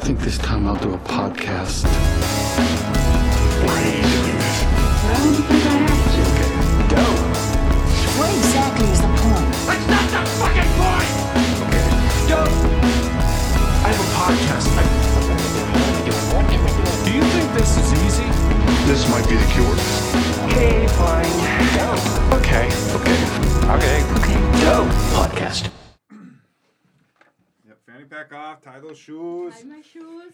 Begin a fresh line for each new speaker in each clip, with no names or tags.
think this time I'll do a podcast.
What exactly is the point?
That's not the fucking point! Okay. Don't. I have a podcast. Do you think this is easy?
This might be the cure.
Okay, fine. Okay. Okay. Okay. Okay. Dope. Podcast.
Yep, fanny pack off, tie those shoes.
Hide my shoes.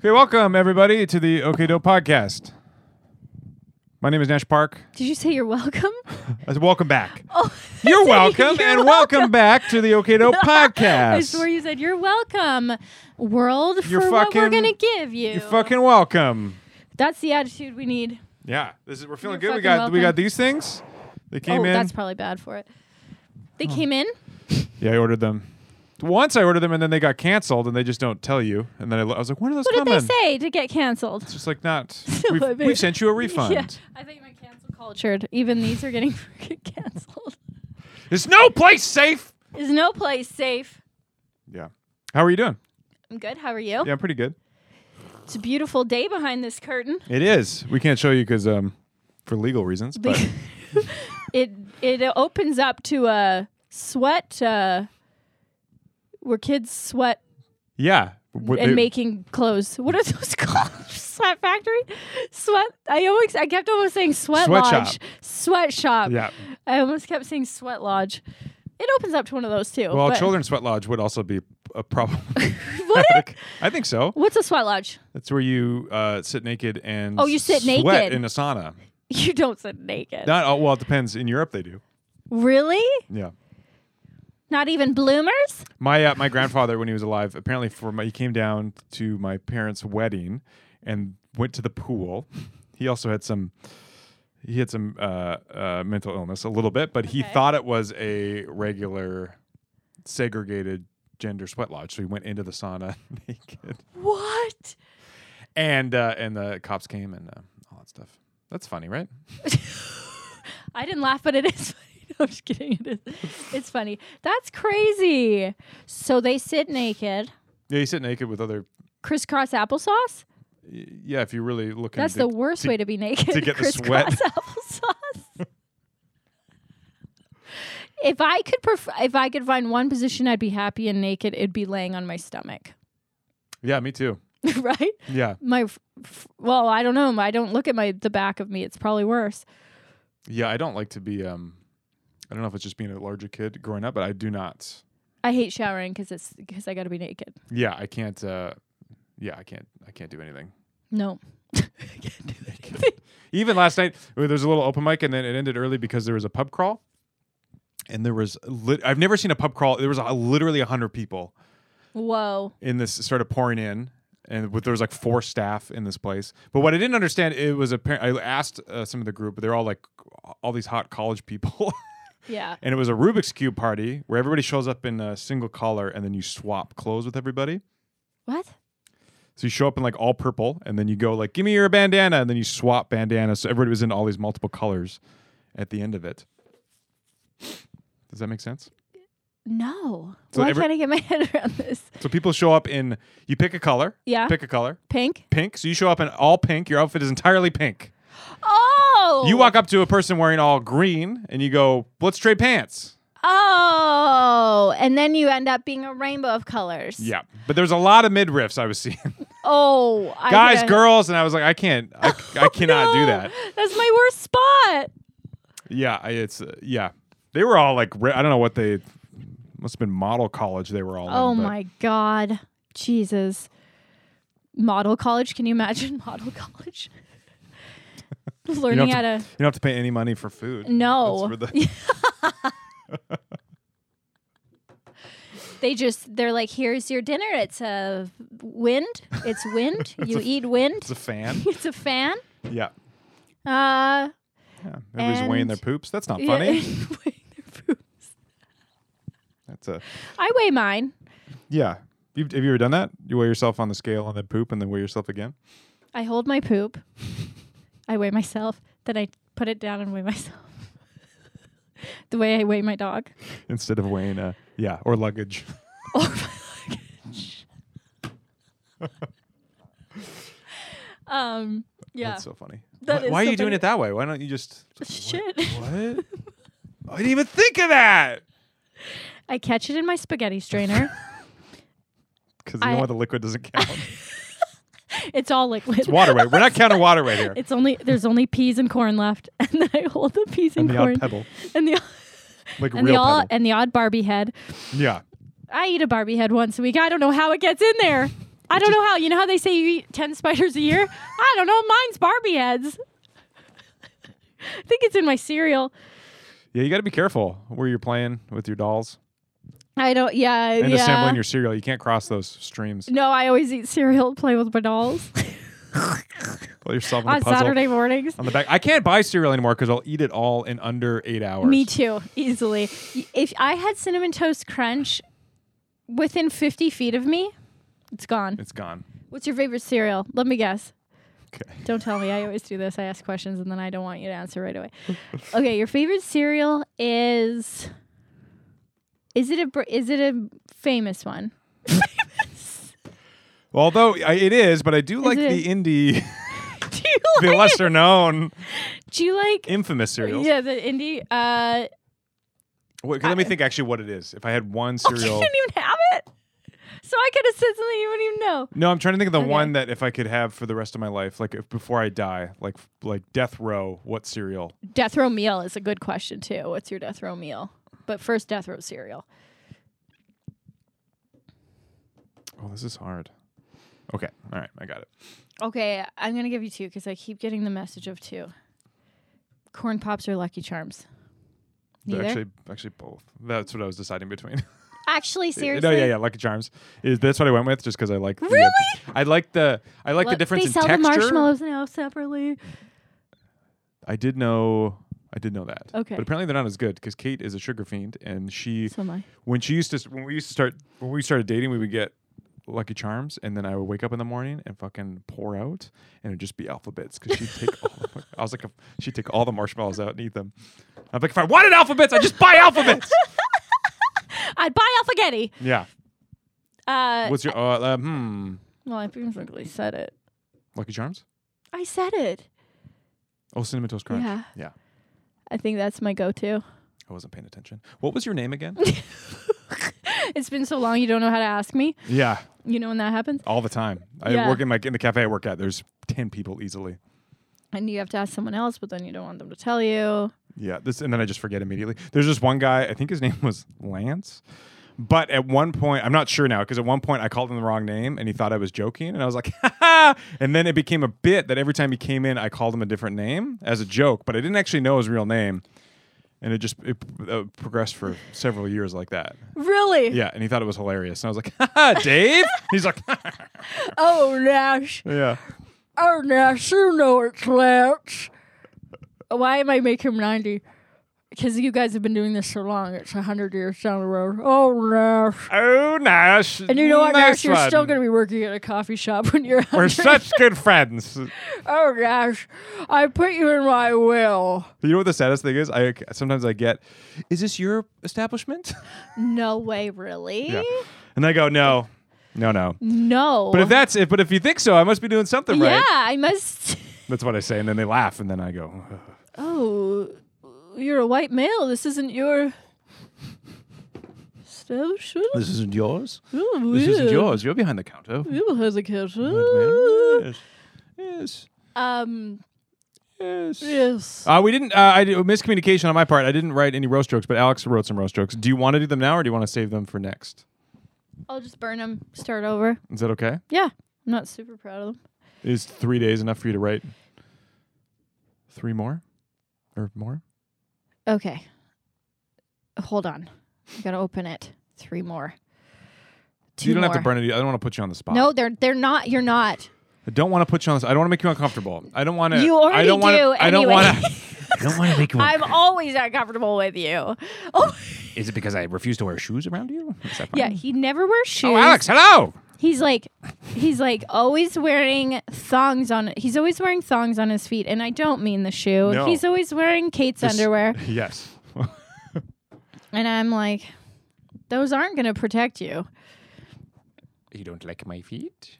Okay, welcome everybody to the OK Dope podcast. My name is Nash Park.
Did you say you're welcome?
I said, welcome back.
Oh,
You're welcome and welcome. back to the OK Dope podcast.
I swear you said you're welcome, world,
You're
for what we're
fucking-
gonna give you.
You're fucking welcome.
That's the attitude we need.
Yeah, this is we're feeling
You're
good. We got
fucking
we got
welcome.
these things. They came
oh,
in.
that's probably bad for it. They came in.
yeah, I ordered them. Once I ordered them and then they got canceled and they just don't tell you. And then I, lo- I was like, when are those
What did
coming?
they say to get canceled?
It's just like not.
I
We've,
mean-
we've sent you a refund.
Yeah, I think my cancel cultured. Even these are getting freaking canceled.
There's no place safe.
Is no place safe.
Yeah. How are you doing?
I'm good. How are you?
Yeah, I'm pretty good.
It's a beautiful day behind this curtain.
It is. We can't show you because um, for legal reasons. But
it it opens up to a sweat uh, where kids sweat
yeah, what
and
they-
making clothes. What are those called? sweat factory, sweat. I always I kept almost saying sweat
Sweatshop.
lodge, sweatshop.
Yeah.
I almost kept saying sweat lodge. It opens up to one of those too.
Well,
but-
children's sweat lodge would also be a problem.
Would it?
I think so.
What's a sweat lodge?
That's where you uh, sit naked and
Oh, you sit
sweat
naked.
in a sauna.
You don't sit naked.
Not oh, well. It depends. In Europe, they do.
really?
Yeah.
Not even bloomers?
My uh, my grandfather, when he was alive, apparently for my, he came down to my parents' wedding and went to the pool. He also had some he had some uh, uh, mental illness a little bit, but he
Okay.
thought it was a regular segregated gender sweat lodge. So he went into the sauna naked,
What?
and uh, and the cops came and uh, all that stuff. That's funny, right?
I didn't laugh, but it is funny. No, I'm just kidding. It is. It's funny. That's crazy. So they sit naked,
Yeah, you sit naked with other.
crisscross applesauce.
Yeah, if you really look.
That's
into-
the worst way to be naked.
to get the
crisscross
sweat.
applesauce. if I could, pref- if I could find one position I'd be happy and naked, it'd be laying on my stomach.
Yeah, me too.
right?
Yeah,
My, f- f- well, I don't know. I don't look at my the back of me. It's probably worse.
Yeah, I don't like to be. Um, I don't know if it's just being a larger kid growing up, but I do not.
I hate showering because it's because I got to be naked.
Yeah, I can't. Uh, yeah, I can't. I can't do anything.
No.
Even last night, uh, there was a little open mic, and then it ended early because there was a pub crawl. And there was, lit- I've never seen a pub crawl. There was a, literally hundred people
Whoa.
in this started pouring in, and with, there was like four staff in this place. But what I didn't understand, it was apparent. I asked uh, some of the group, but they're all like all these hot college people.
Yeah.
and it was a Rubik's cube party where everybody shows up in a single color, and then you swap clothes with everybody.
What?
So you show up in like all purple, and then you go like, "Give me your bandana," and then you swap bandanas. So everybody was in all these multiple colors at the end of it. Does that make sense?
No.
So
Why
every-
can't I get my head around this?
So people show up in you pick a color,
Yeah.
pick a color,
Pink?
pink. So you show up in all pink. Your outfit is entirely pink.
Oh.
You walk up to a person wearing all green, and you go, "Let's trade pants."
Oh, and then you end up being a rainbow of colors.
Yeah, but there's a lot of midriffs I was seeing,
Oh, I Oh,
guys,
get it.
girls, and I was like, I can't, I, I cannot do that.
That's my worst spot.
Yeah, I- it's uh, yeah. They were all like ri- I don't know what they must have been model college. They were all.
Oh
in, Um, but-
my god, Jesus! Model college? Can you imagine model college?
You don't,
Learning
have
how
to,
to.
you don't have to pay any money for food.
No.
That's where the-
They just they're like, here's your dinner. It's a wind. It's wind. you eat wind.
it's a fan.
it's a fan.
Yeah.
Uh,
yeah. Everybody's weighing
And-
their poops. That's not
yeah.
funny.
Weighing their food.
That's a
I weigh mine.
yeah. You've, have you ever done that? You weigh yourself on the scale and then poop and then weigh yourself again.
I hold my poop. I weigh myself. Then I put it down and weigh myself. the way I weigh my dog.
instead of weighing a yeah or luggage.
Or Oh my luggage. um. Yeah.
That's so funny.
That
Why-
is
why
so
are you doing
funny.
it that way? Why don't you just
Shit.
what? I didn't even think of that.
I catch it in my spaghetti strainer.
Because you know
I-
what, the liquid doesn't count.
it's all liquid.
It's water weight. We're not counting water weight here.
It's only there's only peas and corn left, and then I hold the peas
and
and,
the
corn
odd pebble,
and the
like
and the
real
all
pebble.
and the odd Barbie head.
yeah,
I eat a Barbie head once a week. I don't know how it gets in there. I don't know how. You know how they say you eat 10 spiders a year? I don't know. Mine's Barbie heads. I think it's in my cereal.
yeah. You got to be careful where you're playing with your dolls
I don't, yeah.
and
yeah.
assembling your cereal. You can't cross those streams.
no, I always eat cereal, play with my dolls
While you're solving
on
the puzzle
Saturday mornings.
on the back. I can't buy cereal anymore because I'll eat it all in under eight hours.
Me too, easily. Y- If I had Cinnamon Toast Crunch within 50 feet of me, it's gone.
It's gone.
What's your favorite cereal? Let me guess.
Okay.
Don't tell me. I always do this. I ask questions and then I don't want you to answer right away. Okay, your favorite cereal is is it a br- is it a famous one?
Well, although I, it is, but I do like
it
the indie,
Do you
the
like
lesser known,
Do you like
infamous cereals.
Yeah, the indie uh
Wait, let me think actually what it is. If I had one
oh, you
cereal.
didn't even have it. So I could have said something you wouldn't even know.
No, I'm trying to think of the
Okay.
one that if I could have for the rest of my life, like if, before I die, like like death row, what cereal?
Death row meal is a good question too. What's your death row meal? But first death row cereal.
Oh, this is hard. Okay, all right, I got it.
Okay, I'm gonna give you two because I keep getting the message of two. Corn pops or Lucky Charms. Neither?
Actually, actually both. That's what I was deciding between.
Actually, seriously.
no, yeah, yeah, Lucky Charms. Is that's what I went with just because I like. Really? I like the I like the
Look,
difference
they
in
sell
texture.
the marshmallows now separately.
I did know. I did know that.
Okay.
But apparently they're not as good because Kate is a sugar fiend, and she
So am I.
when she used to when we used to start when we started dating, we would get Lucky Charms, and then I would wake up in the morning and fucking pour out, and it'd just be alphabets because she'd take all. The, I was like, a, she'd take all the marshmallows out and eat them. I'm like, if I wanted alphabets, I just buy alphabets.
I'd buy Alphagetti.
yeah.
Uh,
What's your uh, uh, hmm?
well, I basically said it.
Lucky Charms?
I said it.
Oh, cinnamon toast crunch.
Yeah.
Yeah.
I think that's my go-to.
I wasn't paying attention. What was your name again?
It's been so long, you don't know how to ask me.
yeah,
You know when that happens,
all the time. I
Yeah.
work in my in the cafe I work at. There's ten people easily.
and you have to ask someone else, but then you don't want them to tell you.
Yeah, this and then I just forget immediately. There's this one guy, I think his name was Lance. But at one point, I'm not sure now because at one point I called him the wrong name and he thought I was joking and I was like, ha ha. And then it became a bit that every time he came in, I called him a different name as a joke, but I didn't actually know his real name. And it just it, uh, progressed for several years like that.
Really?
Yeah, and he thought it was hilarious. And I was like, ha ha, Dave? He's like,
Oh Nash,
yeah.
oh Nash, you know it's Lance. Why am I making him ninety? Because you guys have been doing this so long, it's hundred years down the road. Oh Nash.
Oh, Nash.
And you know what,
nice
Nash? You're still
one.
going to be working at a coffee shop when you're
We're
100.
such good friends.
Oh, Nash, I put you in my will.
You know what the saddest thing is? I sometimes I get, "Is this your establishment?"
No way, really?
yeah, and I go, "No, no, no."
No.
But if that's it, but if you think so, I must be doing something
yeah,
right.
I must.
That's what I say, and then they laugh, and then I go, "Ugh."
Oh, you're a white male. This isn't your. Establishment?
"This isn't yours.
Oh,
This isn't
yeah.
yours. You're behind the counter."
You has a cat.
Yes, yes,
Um,
yes.
yes.
Uh, we didn't. Uh, I did, miscommunication on my part. I didn't write any roast jokes, but Alex wrote some roast jokes. Do you want to do them now, or do you want to save them for next?
I'll just burn them, start over.
Is that okay?
Yeah, I'm not super proud of them.
Is three days enough for you to write three more or more?
Okay. Hold on. I gotta open it. Three more. Two
you don't have to
more.
burn it. I don't want to put you on the spot.
No, they're they're not. You're not.
I don't want to put you on. The, I don't want to make you uncomfortable. I don't want to.
You
I
already
don't wanna-
do
I don't
anyway.
want to. I don't want to make you.
I'm always uncomfortable with you. Oh,
Is it because I refuse to wear shoes around you? Is that fine?
yeah. He never wears shoes.
Oh, Alex, hello.
He's like, he's like always wearing thongs on. He's always wearing thongs on his feet, and I don't mean the shoe.
No.
He's always wearing Kate's underwear.
Yes.
And I'm like, those aren't going to protect you.
You don't like my feet?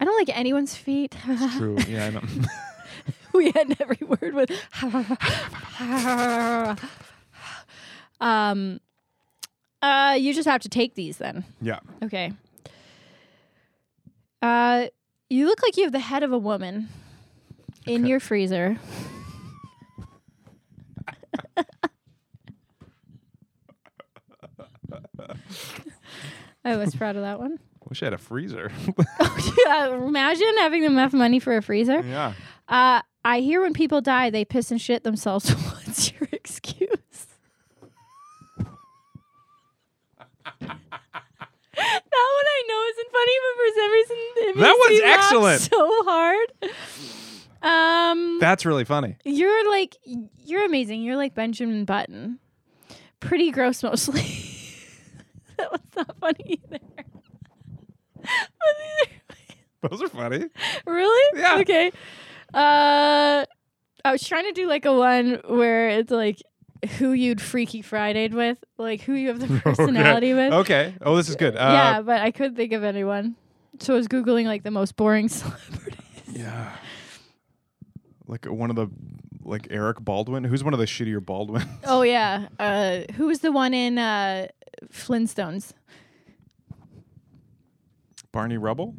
I don't like anyone's feet.
True. Yeah, I know.
we end every word with. um, uh, you just have to take these then.
yeah.
Okay. Uh, you look like you have the head of a woman in your freezer. I was proud of that one.
Wish I had a freezer.
Yeah, imagine having enough money for a freezer.
yeah.
Uh, I hear when people die, they piss and shit themselves. What's your excuse? that one I know isn't funny, but for some reason it makes
That one's
me laugh
excellent.
so hard. Um,
That's really funny.
you're like you're amazing. You're like Benjamin Button. Pretty gross, mostly. that one's not funny either. But these are-
Those are funny.
Really?
Yeah.
Okay. Uh, I was trying to do like a one where it's like who you'd Freaky Friday with, like who you have the personality with.
Okay. Oh, this is good. Uh,
Yeah, but I couldn't think of anyone. So I was googling like the most boring celebrity.
Yeah. Like one of the, like Eric Baldwin. Who's one of the shittier Baldwin?
Oh yeah, uh, who was the one in uh, Flintstones?
Barney Rubble.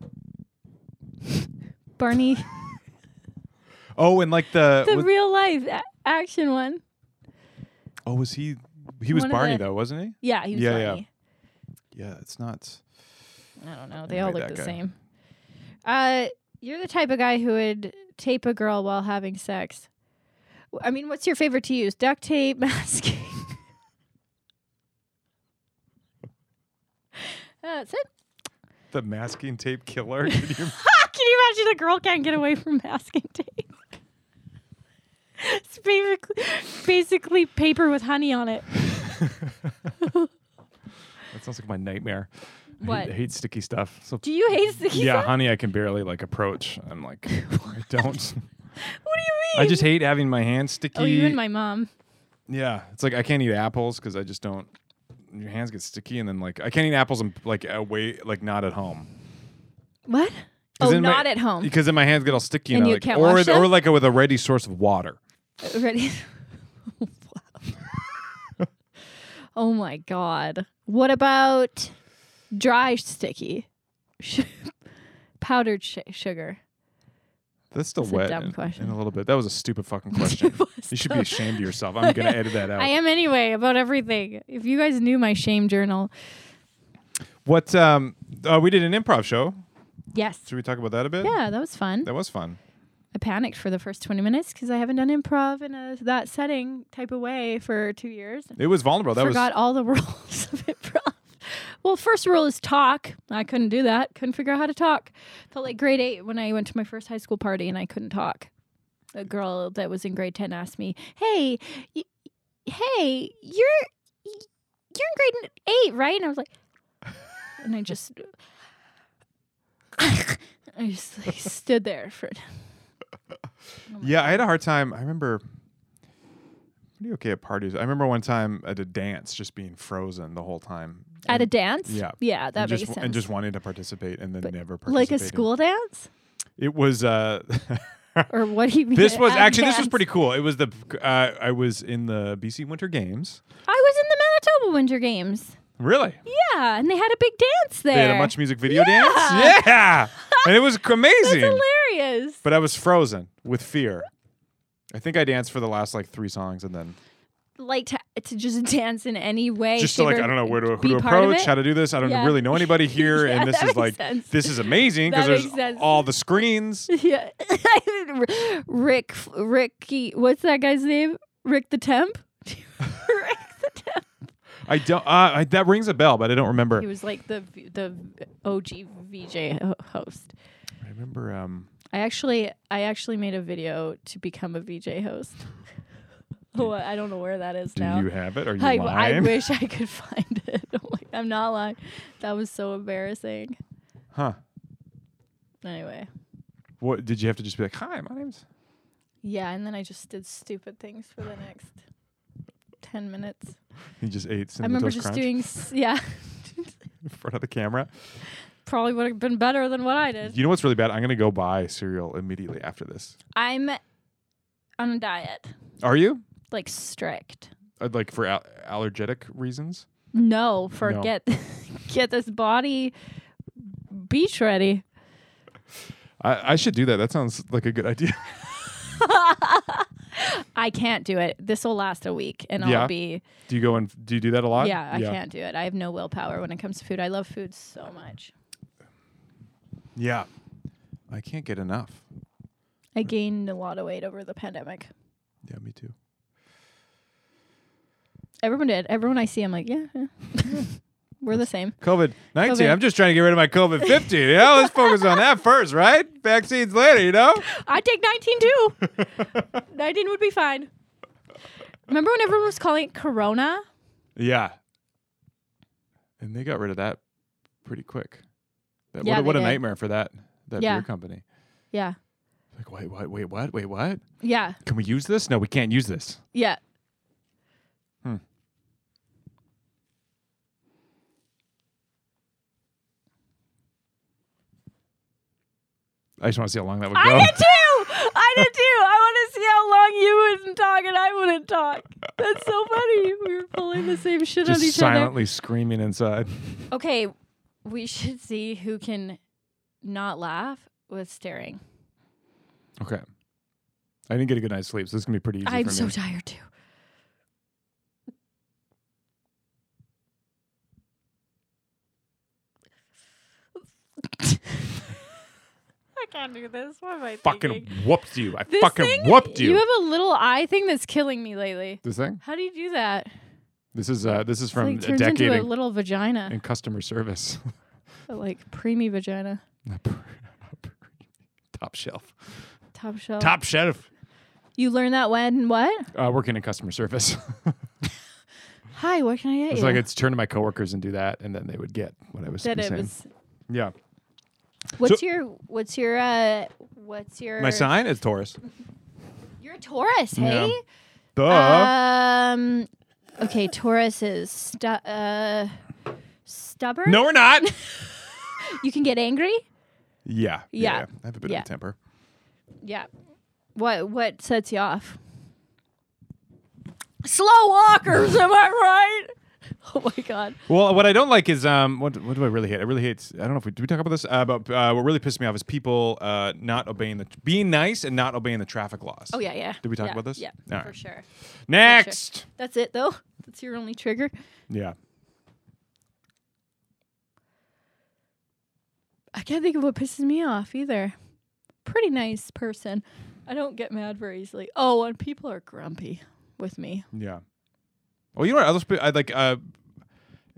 Barney,
Oh, and like the.
the
was-
real life a- action one.
oh, was he? He was
One of
Barney
the-
though, wasn't
Yeah, he was
Yeah, yeah.
Barney.
he? Yeah. It's not.
I don't know. They all
Anyway,
look the
that guy.
same. Uh, you're the type of guy who would tape a girl while having sex. W- I mean, what's your favorite to use? Duct tape, masking. That's it.
The masking tape killer. Can you-
Can you imagine a girl can't get away from masking tape? It's basically, basically paper with honey on it.
that sounds like my nightmare. I hate- I
What?
hate, sticky stuff. So
Do you hate sticky
yeah,
stuff?
honey, I can barely like approach. I'm like, I don't.
What do you mean?
I just hate having my hands sticky.
Oh, you and my mom.
Yeah, it's like I can't eat apples because I just don't. Your hands get sticky, and then like I can't eat apples and like away, like not at home.
What?
'Cause
Oh,
then my-
not at home.
Because then my hands get all sticky,
And
I,
you
like,
can't
or
wash
or
them?
like with a ready source of water.
Ready? oh my god. What about dry sticky? Sh- Powdered sh- sugar.
That's still
That's a
wet.
dumb
in- in,
question.
a little bit. That was a stupid fucking question. you should be ashamed of yourself. I'm gonna edit that out.
I am anyway about everything. If you guys knew my shame journal.
What? Um, uh, we did an improv show.
Yes.
Should we talk about that a bit?
Yeah, that was fun.
That was fun.
I panicked for the first 20 minutes because I haven't done improv in a, that setting type of way for two years.
It was vulnerable. That
forgot all the rules of improv. Well, first rule is talk. I couldn't do that. Couldn't figure out how to talk. Felt like grade eight when I went to my first high school party and I couldn't talk. A girl that was in grade ten asked me, "Hey, y- hey, you're you're in grade eight, right?" And I was like, and I just, I just like, stood there for.
was. Yeah, I had a hard time. I remember. Pretty okay at parties. I remember one time at a dance, just being frozen the whole time.
At a dance,
Yeah.
yeah, that
and
makes
just,
sense.
And just wanting to participate and then never
like
participating.
a school dance,
It was. Uh,
or what do you mean?
this was
a
actually this was
dance?
pretty cool. It was the uh, I was in the BC Winter Games.
I was in the Manitoba Winter Games.
Really?
Yeah, and they had a big dance there.
They had a much music video dance. Yeah, and it was amazing.
That's hilarious.
But I was frozen with fear. I think I danced for the last like three songs and then
Like to, to just dance in any way.
just to, like
shape, or
I don't know where to, who
be
to
part of
approach,
it.
how to do this. I don't
Yeah.
really know anybody here,
Yeah,
and this
that
is
makes
like
sense.
this is amazing because
That
there's
makes sense.
all the screens.
Yeah, Rick, Ricky, what's that guy's name? Rick the Temp. Rick the Temp.
I don't. Uh, I, that rings a bell, but I don't remember.
He was like the v- the OG VJ ho- host.
I remember. Um,
I actually I actually made a video to become a VJ host. oh, I don't know where that is
do
now.
you have it? Are you
I,
lying?
I wish I could find it. I'm, like, I'm not lying. That was so embarrassing.
Huh?
Anyway,
What did you have to just be like? Hi, my name's.
yeah, and then I just did stupid things for the next ten minutes.
He just ate
I
cinnamon
remember
toast
just
crunch
doing s- yeah.
in front of the camera.
Probably would have been better than what I did.
You know what's really bad? I'm gonna go buy cereal immediately after this.
I'm on a diet,
Are you?
like strict.
Uh, Like for al- allergic reasons?
No, forget get this body beach ready.
I, I should do that. That sounds like a good idea.
I can't do it. This will last a week, and
Yeah.
I'll be
do you go and do you do that a lot?
yeah. I can't do it. I have no willpower when it comes to food. I love food so much.
Yeah, I can't get enough.
I gained a lot of weight over the pandemic.
Yeah, me too.
Everyone did. Everyone I see, I'm like, yeah, yeah. we're the same.
COVID nineteen.
COVID.
I'm just trying to get rid of my COVID fifteen. yeah, let's focus on that first, right? Vaccines later, you know.
I take 19 too. 19 would be fine. Remember when everyone was calling it Corona?
Yeah. And they got rid of that pretty quick. That,
Yeah,
what a-
they
what a
did.
nightmare for that that
Yeah.
beer company.
Yeah.
Like, wait, what? Wait, what? Wait, what?
Yeah.
Can we use this? No, we can't use this.
Yeah.
Hmm. I just want to see how long that would
I
go.
did too. I did too. I want to see how long you wouldn't talk and I wouldn't talk. That's so funny. We were pulling the same shit on
Just
each
silently screaming inside.
other. Okay. We should see who can not laugh with staring.
Okay. I didn't get a good night's sleep, so this is gonna be pretty easy
I'm
for
so
me.
tired too. I can't do this. What am I
fucking
thinking?
whooped you. I
This
fucking
thing-
whooped you.
You have a little eye thing that's killing me lately.
this thing.
How do you do that? It's
This is uh this is from
like
a
turns
decade
into a
in,
little vagina,
in customer service.
a, like preemie vagina,
Top shelf.
top shelf.
Top shelf.
You learn that when what?
Uh, working in customer service.
Hi, what can I get
It's
you?
like it's turn to my coworkers and do that, and then they would get what I was
that it
saying.
was.
yeah,
What's your what's your uh what's your
my sign is Taurus.
You're a Taurus, hey? Uh,
Duh. Uh-huh.
Um okay, Taurus is stu- uh stubborn.
no, we're not.
You can get angry?
yeah,
Yeah.
I have a bit
Yeah.
of a temper.
Yeah. What what sets you off? Slow walkers, am I right? Oh my god.
Well, what I don't like is um, what what do I really hate? I really hate. I don't know if we do we talk about this, uh, but uh, what really pissed me off is people uh, not obeying the being nice and not obeying the traffic laws.
Oh yeah, yeah.
Did we talk
Yeah,
about this?
Yeah.
All
for
right.
sure.
Next.
That's it though. That's your only trigger.
Yeah.
I can't think of what pisses me off either. Pretty nice person. I don't get mad very easily. Oh, and people are grumpy with me.
Yeah. Well, you know what? I was I like uh,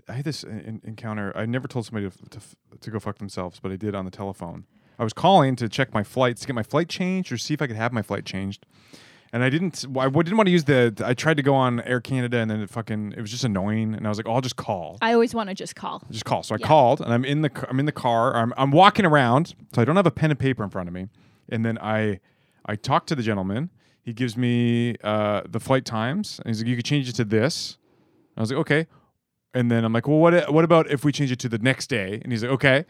I had this en- en- encounter. I never told somebody to, f- to, f- to go fuck themselves, but I did on the telephone. I was calling to check my flights to get my flight changed or see if I could have my flight changed. And I didn't. I w- didn't want to use the. I tried to go on Air Canada, and then it fucking. It was just annoying, and I was like, oh, "I'll just call."
I always want to just call.
just call. So I
Yeah.
called, and I'm in the ca- I'm in the car. I'm I'm walking around, so I don't have a pen and paper in front of me. And then I I talk to the gentleman. He gives me uh, the flight times, and he's like, "You could change it to this." And I was like, "Okay." And then I'm like, "Well, what i- what about if we change it to the next day?" And he's like, "Okay."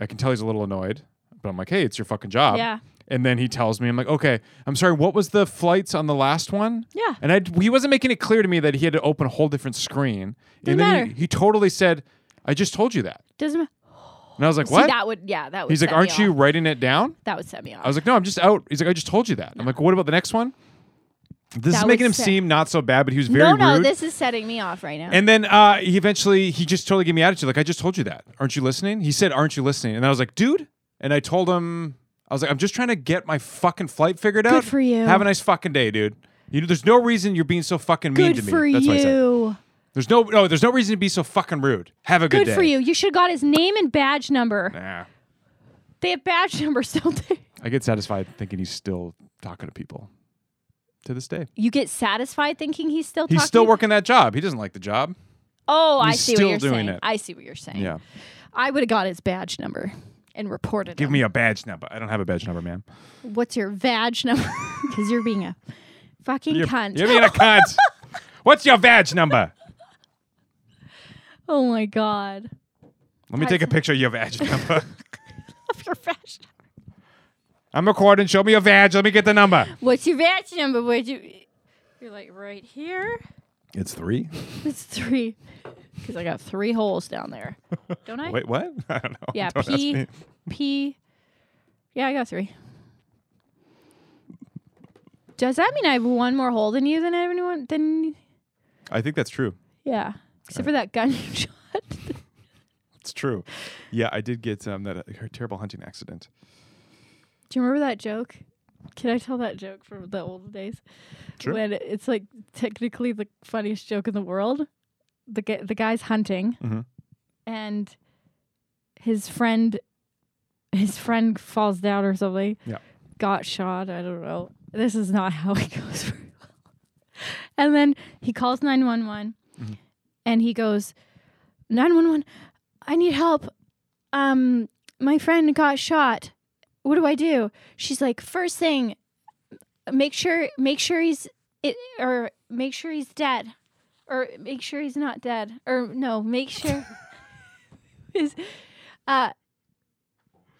I can tell he's a little annoyed, but I'm like, "Hey, it's your fucking job."
Yeah.
And then he tells me, "I'm like, okay, I'm sorry. What was the flights on the last one?"
Yeah.
And I he wasn't making it clear to me that he had to open a whole different screen. and
Didn't
then he-
matter.
he totally said, I just told you that.
Doesn't
And I was like,
See,
What?
that would yeah, that would
He's like,
set me
Aren't you
off.
writing it down?
That would set me off.
I was like, No, I'm just out. He's like, I just told you that. I'm like, What about the next one? This
That
is making
would
him
set-
seem not so bad, but he was very
no, no,
rude.
this is setting me off right now.
and then uh, he eventually he just totally gave me attitude. Like, I just told you that. Aren't you listening? He said, Aren't you listening? And I was like, Dude. And I told him, I was like, I'm just trying to get my fucking flight figured out.
for you.
Have a nice fucking day, dude. You know, there's no reason you're being so fucking mean
good
to me.
for
That's what I said.
you.
There's no no, there's no reason to be so fucking rude. Have a good,
Good,
day.
for you. You should have got his name and badge number.
Nah.
They have badge numbers, don't they?
I get satisfied thinking he's still talking to people to this day.
You get satisfied thinking he's still
He's
talking.
still working that job. He doesn't like the job.
Oh, I
He's
see
still
what you're
doing
saying.
it.
I see what you're saying.
Yeah.
I would have got his badge number and reported.
Give
him.
me a badge number. I don't have a badge number, ma'am.
What's your vag number? Because you're being a fucking
You're,
cunt.
you're being a cunt. What's your vag number?
Oh my god.
Let me take a picture of your vag number.
After fashion.
I'm recording. Show me your vag. Let me get the number.
What's your batch number? Would you? You're like right here.
It's three.
It's three. Because I got three holes down there. Don't I?
Wait, what? I don't know.
yeah.
Don't ask
P.
me.
P. Yeah, I got three. Does that mean I have one more hole than you than everyone? Than
I think that's true.
yeah. Except for that gun you shot.
It's true. Yeah, I did get um, that uh, her terrible hunting accident.
Do you remember that joke? Can I tell that joke from the old days?
Sure.
When it's like technically the funniest joke in the world. The gu- the guy's hunting,
Mhm.
and his friend, his friend falls down or something.
Yeah.
Got shot. I don't know. This is not how it goes. Very well. And then he calls nine one one, and he goes, nine one one. I need help. Um, my friend got shot what do I do? She's like, first thing, make sure make sure he's it or make sure he's dead, or make sure he's not dead, or no, make sure is uh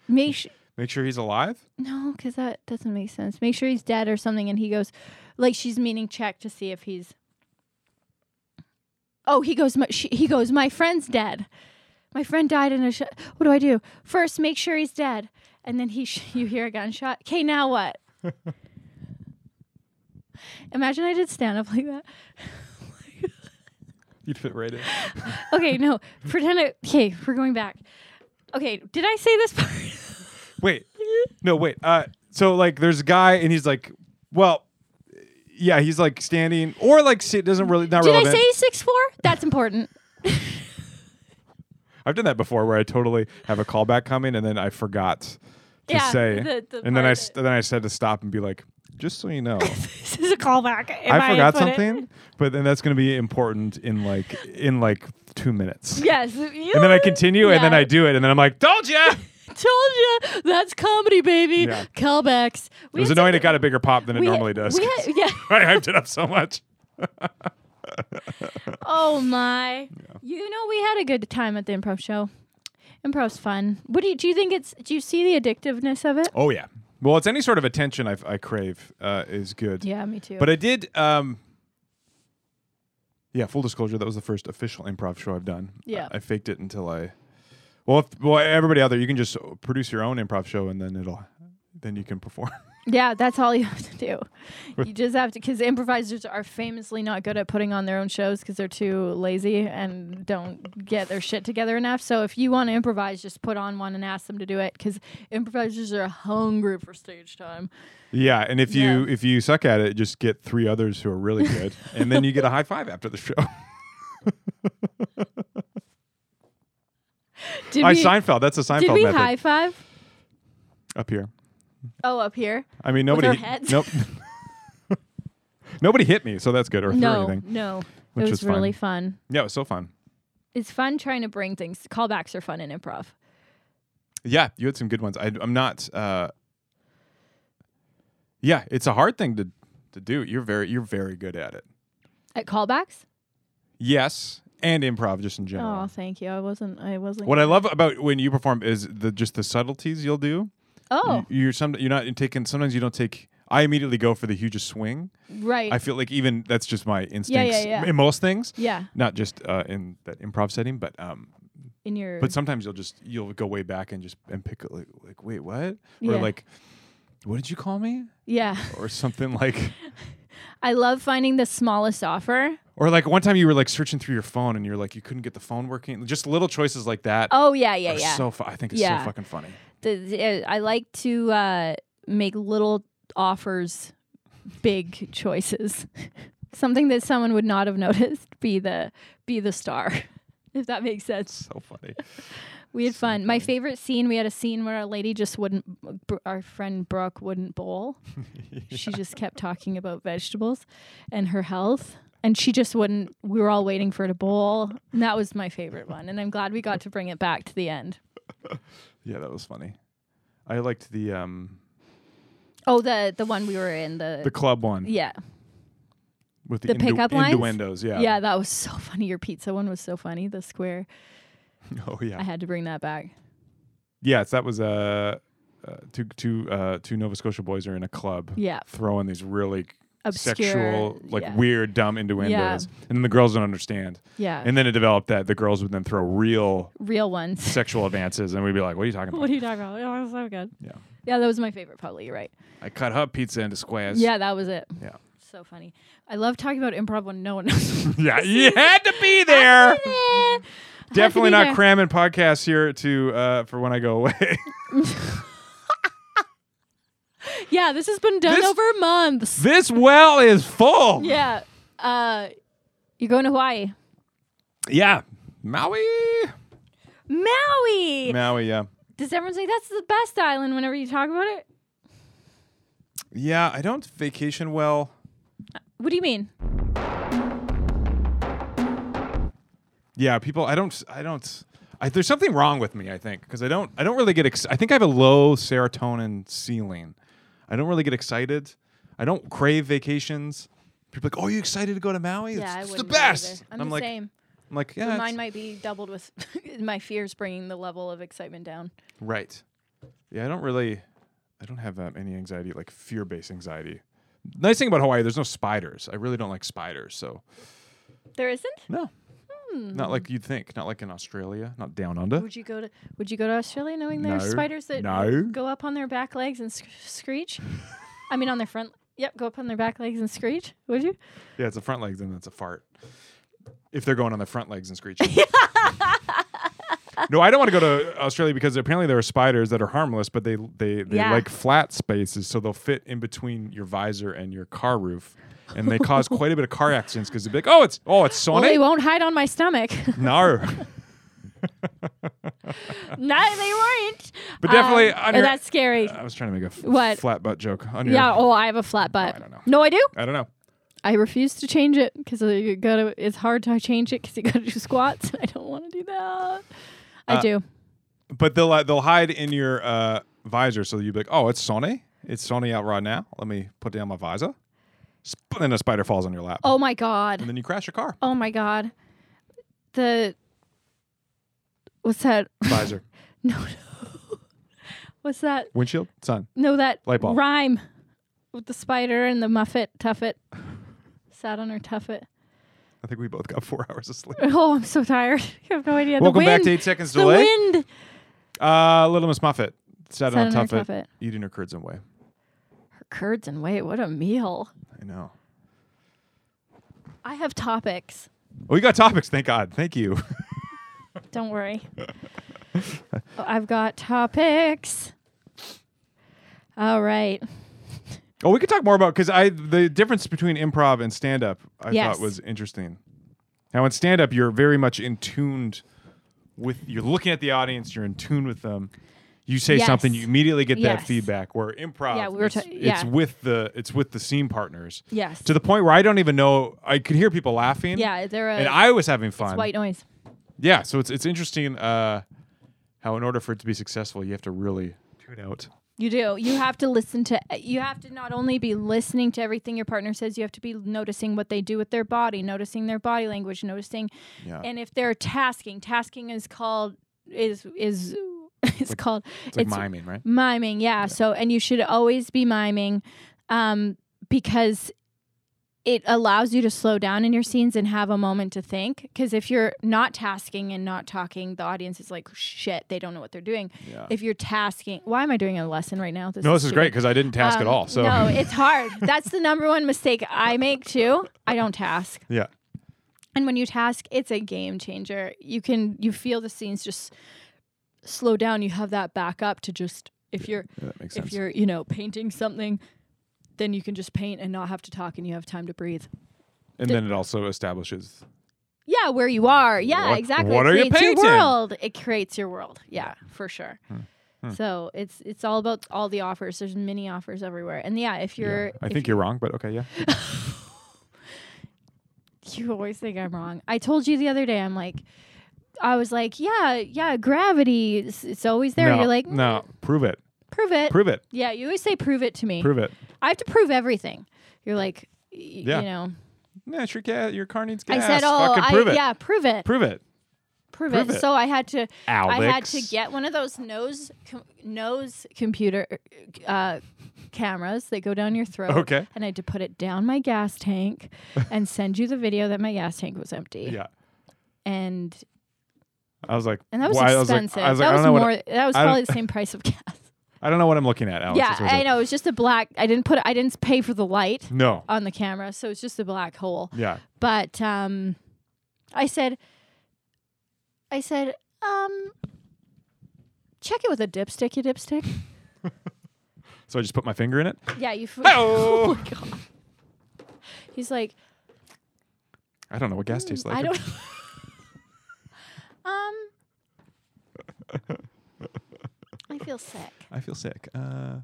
make sure
Make sure he's alive.
no, because that doesn't make sense. Make sure he's dead or something, and he goes like she's meaning check to see if he's. Oh, he goes. My, she, he goes. My friend's dead. My friend died in a. Sh- what do I do? First, make sure he's dead, and then he. Sh- you hear a gunshot. Okay, now what? Imagine I did stand up like that.
You'd fit right in.
Okay, no. Pretend. I, okay, we're going back. Okay, did I say this part?
Wait. No, wait. Uh, so like, there's a guy, and he's like, well, yeah, he's like standing, or like sit doesn't really not
did I
relevant.
say six four? That's important.
I've done that before, where I totally have a callback coming, and then I forgot to
Yeah,
say,
the- the
and then I
part
s- then I said to stop and be like, just so you know,
This is a callback. If
I forgot
put it-
something, but then that's gonna be important in like in like two minutes.
Yes.
And then I continue, and then I do it, and then I'm like, told ya! It
Told you. That's comedy, baby.
Yeah.
Callbacks. We
was
had
annoying. It
something-
got a bigger pop than it
we had-
normally does.
we had- yeah.
I hyped it up so much.
Oh, my. You know, we had a good time at the improv show. Improv's fun. What do you, do you think it's, do you see the addictiveness of it?
Oh yeah. Well, it's any sort of attention I, I crave uh, is good.
Yeah, me too.
But I did. Um, yeah. Full disclosure, that was the first official improv show I've done.
Yeah.
I, I faked it until I. Well, if, well, everybody out there, you can just produce your own improv show, and then it'll, then you can perform.
yeah, that's all you have to do. You just have to, because improvisers are famously not good at putting on their own shows because they're too lazy and don't get their shit together enough. So if you want to improvise, just put on one and ask them to do it because improvisers are hungry for stage time.
yeah, and if you
Yeah.
if you suck at it, just get three others who are really good, and then you get a high five after the show.
Did
I
we,
Seinfeld. That's a Seinfeld
did we
method
high five?
up here.
Oh, up here?
I mean, nobody.
our heads?
Nope. nobody hit me, so that's good. Or threw
No,
anything.
no.
Which was
it was
fun.
really fun.
Yeah, it was so fun.
It's fun trying to bring things. Callbacks are fun in improv.
Yeah, you had some good ones. I, I'm not. Uh, yeah, it's a hard thing to to do. You're very you're very good at it.
At callbacks?
Yes, and improv just in general.
Oh, thank you. I wasn't. I wasn't.
what I love about when you perform is the just the subtleties you'll do.
oh,
You, you're some you're not taking. Sometimes you don't take. I immediately go for the hugest swing.
right.
I feel like even that's just my instincts
yeah.
in most things.
yeah,
Not just uh, in that improv setting, but um,
in your.
But sometimes you'll just you'll go way back and just and pick like, like wait what or
Yeah.
like what did you call me
yeah,
or something like
I love finding the smallest offer.
or like one time you were like searching through your phone and you're like you couldn't get the phone working just little choices like that
Oh yeah, yeah,
are
yeah.
so fu- I think it's so
Yeah.
fucking funny
The- the- uh, I like to uh, make little offers, big choices. Something that someone would not have noticed. Be the be the star, if that makes sense.
so funny
We had fun. My favorite scene, we had a scene where our lady just wouldn't, br- our friend Brooke wouldn't bowl. She just kept talking about vegetables and her health. And she just wouldn't, we were all waiting for her to bowl. And that was my favorite one. And I'm glad we got to bring it back to the end.
yeah that was funny I liked the um
Oh, the the one we were in, the,
the club one
yeah.
with the,
The
innu-
pickup lines?
innuendos. Yeah.
Yeah, that was so funny. Your pizza one was so funny. The square.
Oh
I
yeah.
had to bring that back.
Yes, that was uh, uh, two two uh, two Nova Scotia boys are in a club.
Yeah.
Throwing these really
Obscure.
sexual, like
yeah.
weird, dumb innuendos, and the girls don't understand.
Yeah.
And then it developed that the girls would then throw real
Real ones.
sexual advances, and we'd be like, "What are you talking about?"
what are you talking about? Oh, that was so good.
yeah.
Yeah, that was my favorite. Probably you're right.
I cut her pizza into squares.
Yeah, that was it.
Yeah.
So funny. I love talking about improv when no one else.
Yeah. You had to be there. Definitely
be
not
there.
cramming podcasts here to uh, for when I go away.
yeah, this has been done
This-
over months.
this well is full.
Yeah. Uh, you're going to Hawaii,
Yeah. Maui.
Maui.
Maui. Yeah.
Does everyone say that's the best island? Whenever you talk about it,
Yeah. I don't vacation well.
what do you mean?
Yeah, people. I don't. I don't. I, there's something wrong with me. I think because I don't. I don't really get. Ex- I think I have a low serotonin ceiling. I don't really get excited. I don't crave vacations. People are like, oh, you excited to go to Maui?
yeah, I
it's, it's the
wouldn't
best.
Either. I'm,
And
the
like,
same.
I'm like, yeah,
Mine
it's-
might be doubled with my fears bringing the level of excitement down.
right. Yeah, I don't really. I don't have um, any anxiety, like fear-based anxiety. Nice thing about Hawaii, there's no spiders. I really don't like spiders, so
There isn't.
no,
Hmm.
not like you'd think. Not like in Australia, not down under.
Would you go to Would you go to Australia knowing there's
No.
spiders that
No.
go up on their back legs and sc- screech? I mean, on their front. Yep, go up on their back legs and screech. Would you?
Yeah, it's the front legs and it's a fart. If they're going on the front legs and screeching. no, I don't want to go to Australia because apparently there are spiders that are harmless, but they they, they
Yeah.
like flat spaces, so they'll fit in between your visor and your car roof, and they cause quite a bit of car accidents because they'd be like, oh, it's oh, it's
Well, they
Sonic.
won't hide on my stomach.
no,
no, they weren't.
but definitely. Uh, on your-
that's scary.
I was trying to make a f-
What?
flat butt joke. On your,
yeah. Oh, I have a flat butt.
I don't know.
No, I do.
I don't know.
I refuse to change it because you gotta. It's hard to change it because you gotta do squats. I don't want to do that. I
Uh,
do.
But they'll uh, they'll hide in your uh, visor, so you'd be like, "Oh, it's Sony. It's Sony out right now. Let me put down my visor." Sp- then a spider falls on your lap,
Oh my god.
and then you crash your car.
Oh my god. The what's that?
Visor,
What's that?
windshield, sun.
No, that
Light bulb.
rhyme with the spider and the muffet tuffet sat on her tuffet.
I think we both got four hours of sleep.
Oh, I'm so tired. You have no idea. the
Welcome
wind.
back to Eight Seconds
the
Delay.
wind.
Uh, Little Miss Muffet sat, on
Sat on
top
her
of
tuffet.
it, eating her curds and whey.
Her curds and wait, what a meal.
I know.
I have topics.
Oh, you got topics. Thank God. Thank you.
Don't worry. Oh, I've got topics. All right.
oh, we could talk more about because I the difference between improv and stand up I
Yes.
thought was interesting. Now in stand up, you're very much in tuned with you're looking at the audience, you're in tune with them. You say
Yes.
something, you immediately get that
Yes.
feedback. Where improv,
Yeah, we were
it's,
ta-
it's
yeah.
with the it's with the scene partners.
Yes.
To the point where I don't even know. I could hear people laughing.
Yeah, they're a
and I was having fun.
white noise.
Yeah, so it's it's interesting uh, how in order for it to be successful, you have to really tune out.
You do. You have to listen to. You have to not only be listening to everything your partner says. You have to be noticing what they do with their body, noticing their body language, noticing,
Yeah.
and if they're tasking. Tasking is called is is it's called
It's like miming, right?
Miming, yeah. So, and you should always be miming um, because it allows you to slow down in your scenes and have a moment to think. Because if you're not tasking and not talking, the audience is like, shit, they don't know what they're doing.
Yeah.
If you're tasking, why am I doing a lesson right now?
No, this is great
stupid.
because I didn't task at
Um,
all. So
no, it's hard. That's the number one mistake I make too. I don't task.
yeah,
And when you task, it's a game changer. You can you feel the scenes just slow down. You have that backup to just if you're
that makes
if
sense.
you're you know painting something, then you can just paint and not have to talk, and you have time to breathe.
And then it also establishes.
Yeah, where you are. Yeah,
What-
exactly.
what
it
are you
creates
painting? Hmm.
Your world. It creates your world. Yeah, for sure. So it's it's all about all the offers. There's many offers everywhere, and yeah, if you're,
I
if
think you're wrong, but okay, yeah.
You always think I'm wrong. I told you the other day, I'm like, I was like, yeah, yeah, gravity, it's, it's always there.
no,
You're like, "Mm."
no, prove it,
prove it.
prove it,
yeah, you always say, prove it to me.
prove it.
I have to prove everything. You're like, y-
Yeah.
you know,
Yeah, it's your gas. Your car needs
I
gas.
said, "Oh,
Fucking
I,
prove it.
yeah, prove it,
Prove it.
prove,
prove
it.
it.
So I had to, I had to
Alex.
get one of those nose com- nose computer uh, cameras that go down your throat.
Okay.
and I had to put it down my gas tank and send you the video that my gas tank was empty.
Yeah.
and
I was like,
and that was
why- I was like-
expensive.
I was like,
that
I
was
don't know
more.
what
that was
I don't-
probably the same price of gas.
I don't know what I'm looking at, Alex.
yeah,
That's what
I know. It was just a black. I didn't put. I didn't pay for the light
No.
on the camera, so it's just a black hole.
Yeah.
But um, I said, I said, um, check it with a dipstick, you dipstick.
So I just put my finger in it.
yeah, you. F-
Oh.
my god. He's like,
I don't know what gas tastes like.
Mm, I don't. um, I feel sick.
I feel sick. Uh,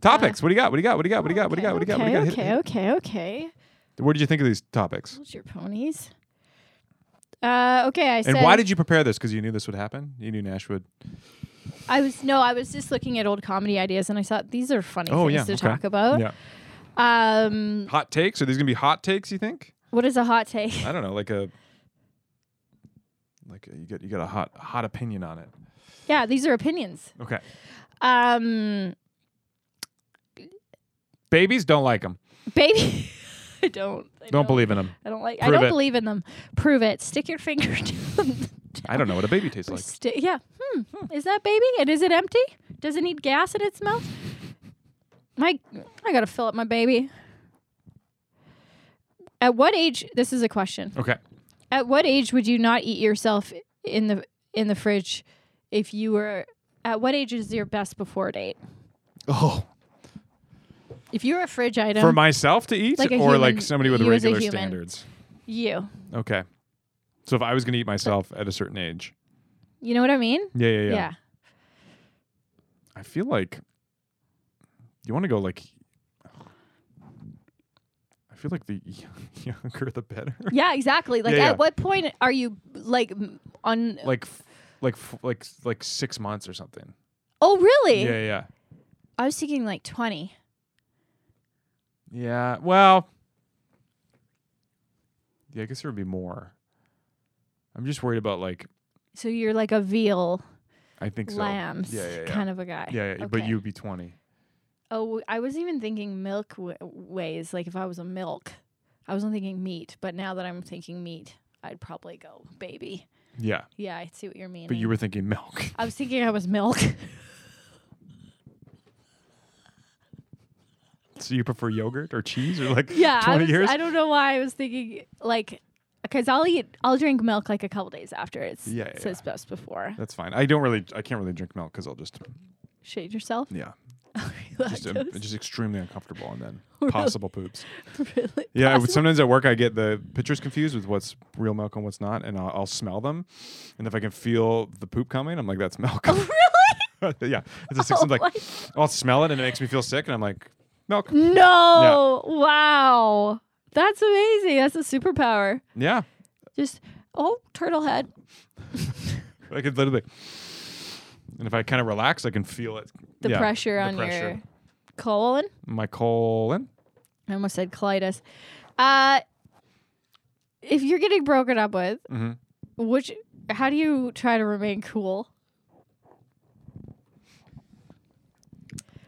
topics. what do you got? What do you got? What do you got? What do you got? What do you got? What do you got? What do
Okay,
you got? Hit-
Uh, okay,
hit-
okay, okay.
What did you think of these topics?
Hold your ponies. Uh, okay, I said.
And why did you prepare this? Because you knew this would happen. You knew Nash would.
I was no, I was just looking at old comedy ideas, and I thought these are funny
Oh
things
yeah.
to
okay.
talk about.
Yeah.
Um,
Hot takes? Are these gonna be hot takes? You think?
what is a hot take?
I don't know. Like a. Like a, you got you got a hot hot opinion on it.
Yeah, these are opinions.
Okay.
Um,
Babies don't like them.
baby, I don't. I
Don't believe in them.
I don't like. I
Prove
don't
it.
believe in them. Prove it. Stick your finger down.
I don't know what a baby tastes like.
Sti- yeah. Hmm. Is that baby? And is it empty? Does it need gas in its mouth? My, I gotta fill up my baby. At what age? This is a question.
Okay.
At what age would you not eat yourself in the in the fridge if you were? At what age is your best before date?
Oh.
If you're a fridge item,
For myself to eat,
Like a
or
human-
like somebody with
you as a
regular
human.
standards.
you.
Okay. So if I was gonna eat myself at a certain age.
You know what I mean?
Yeah, yeah, yeah. I feel like you want to go like. I feel like the younger the better.
Yeah, exactly. Like,
Yeah, yeah.
at what point are you like m- on?
like, f- like, f- like, s- like six months or something.
oh, really?
Yeah, yeah,
I was thinking like twenty.
yeah. Well, yeah. I guess there would be more. I'm just worried about like.
So you're like a veal
I think so.
lambs
Yeah, yeah, yeah.
kind of a guy.
yeah, yeah. But
Okay.
you'd be 20.
Oh, w- I wasn't even thinking milk w- ways. Like if I was a milk, I wasn't thinking meat. But now that I'm thinking meat, I'd probably go baby.
Yeah,
Yeah, I see what you're meaning.
but you were thinking milk.
I was thinking I was milk.
so you prefer yogurt or cheese or like
yeah, I,
20
was,
years?
I don't know why I was thinking like because I'll eat, I'll drink milk like a couple days after it's
Yeah,
it
yeah,
says best before.
That's fine. I don't really. I can't really drink milk because I'll just.
Shade yourself.
Yeah. just, um,
Lactose.
just extremely uncomfortable and then
Really?
possible poops.
really?
Yeah, I would-
possible?
sometimes at work I get the pictures confused with what's real milk and what's not, and I'll, I'll smell them, and if I can feel the poop coming, I'm like, that's milk.
Oh, really?
yeah, it's a six.
Oh
I'm like,
my-
I'll smell it and it makes me feel sick, and I'm like, milk.
No. Wow. That's amazing. That's a superpower.
Yeah,
Just oh, turtle head.
I could literally. And if I kind of relax, I can feel it.
The
Yeah,
pressure
the
on
pressure.
your colon.
my colon.
I almost said colitis. Uh if you're getting broken up with,
Mhm.
which how do you try to remain cool?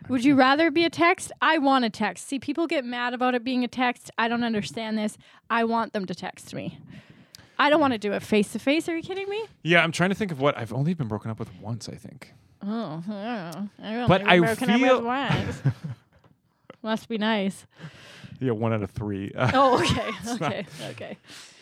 Would you rather be a text? I want a text. See, people get mad about it being a text. I don't understand this. I want them to text me. I don't want to do it face to face. Are you kidding me?
Yeah, I'm trying to think of what I've only been broken up with once. I think.
Oh, oh, I
But I feel-
Must be nice.
Yeah, one out of three. Uh,
Oh, okay, okay, okay,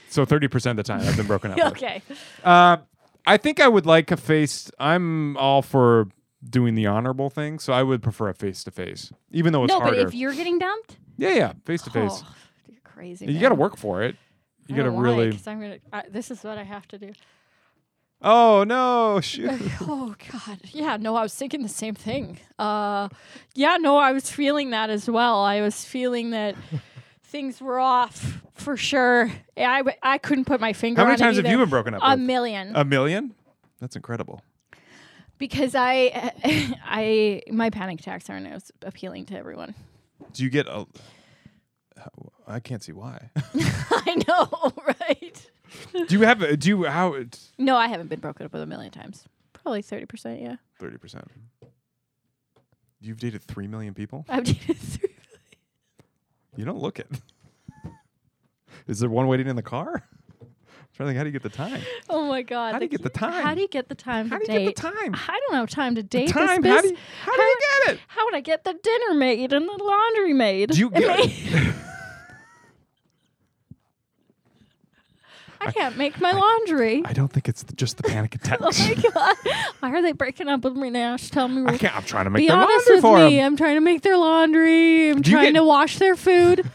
So thirty percent of the time I've been broken up. with.
okay.
Uh, I think I would like a face. I'm all for doing the honorable thing, so I would prefer a face to face, even though it's
no,
harder.
but if you're getting dumped,
yeah, yeah, face to face.
oh, you're crazy.
You
man.
got to work for it. You
I
got to
don't wanna,
really.
'cause I'm gonna. I, this is what I have to do.
Oh no! Shoot.
Oh God. Yeah. No, I was thinking the same thing. Uh, yeah. No, I was feeling that as well. I was feeling that things were off for sure. I w- I couldn't put my finger.
How many
on it
times have
either.
you been Uh, broken up?
A
with?
million.
A million. That's incredible.
because I, I, my panic attacks aren't as appealing to everyone.
Do you get a? I can't see why.
I know, right?
do you have? Do you how? It's
No, I haven't been broken up with a million times. Probably 30%, yeah.
thirty percent. You've dated three million people.
I've dated three.
You don't look it. Is there one waiting in the car? I'm trying to think. How do you get the time?
Oh my God.
How do you
like,
get the time?
How do you get the time
How
to
do you get
date?
the time?
I don't have time to date
time?
this
How do
bus-
you- how do you get it?
How would I get the dinner made and the laundry made?
Do you
And
get-
ma- I can't make my laundry.
I don't think it's th- just the panic
oh
attacks.
my god! Why are they breaking up with me, Nash? Tell me.
I can't. I'm trying to make
Be
their
honest
laundry
with
for
me.
'em.
I'm trying to make their laundry. I'm
Do you
trying
get-
to wash their food.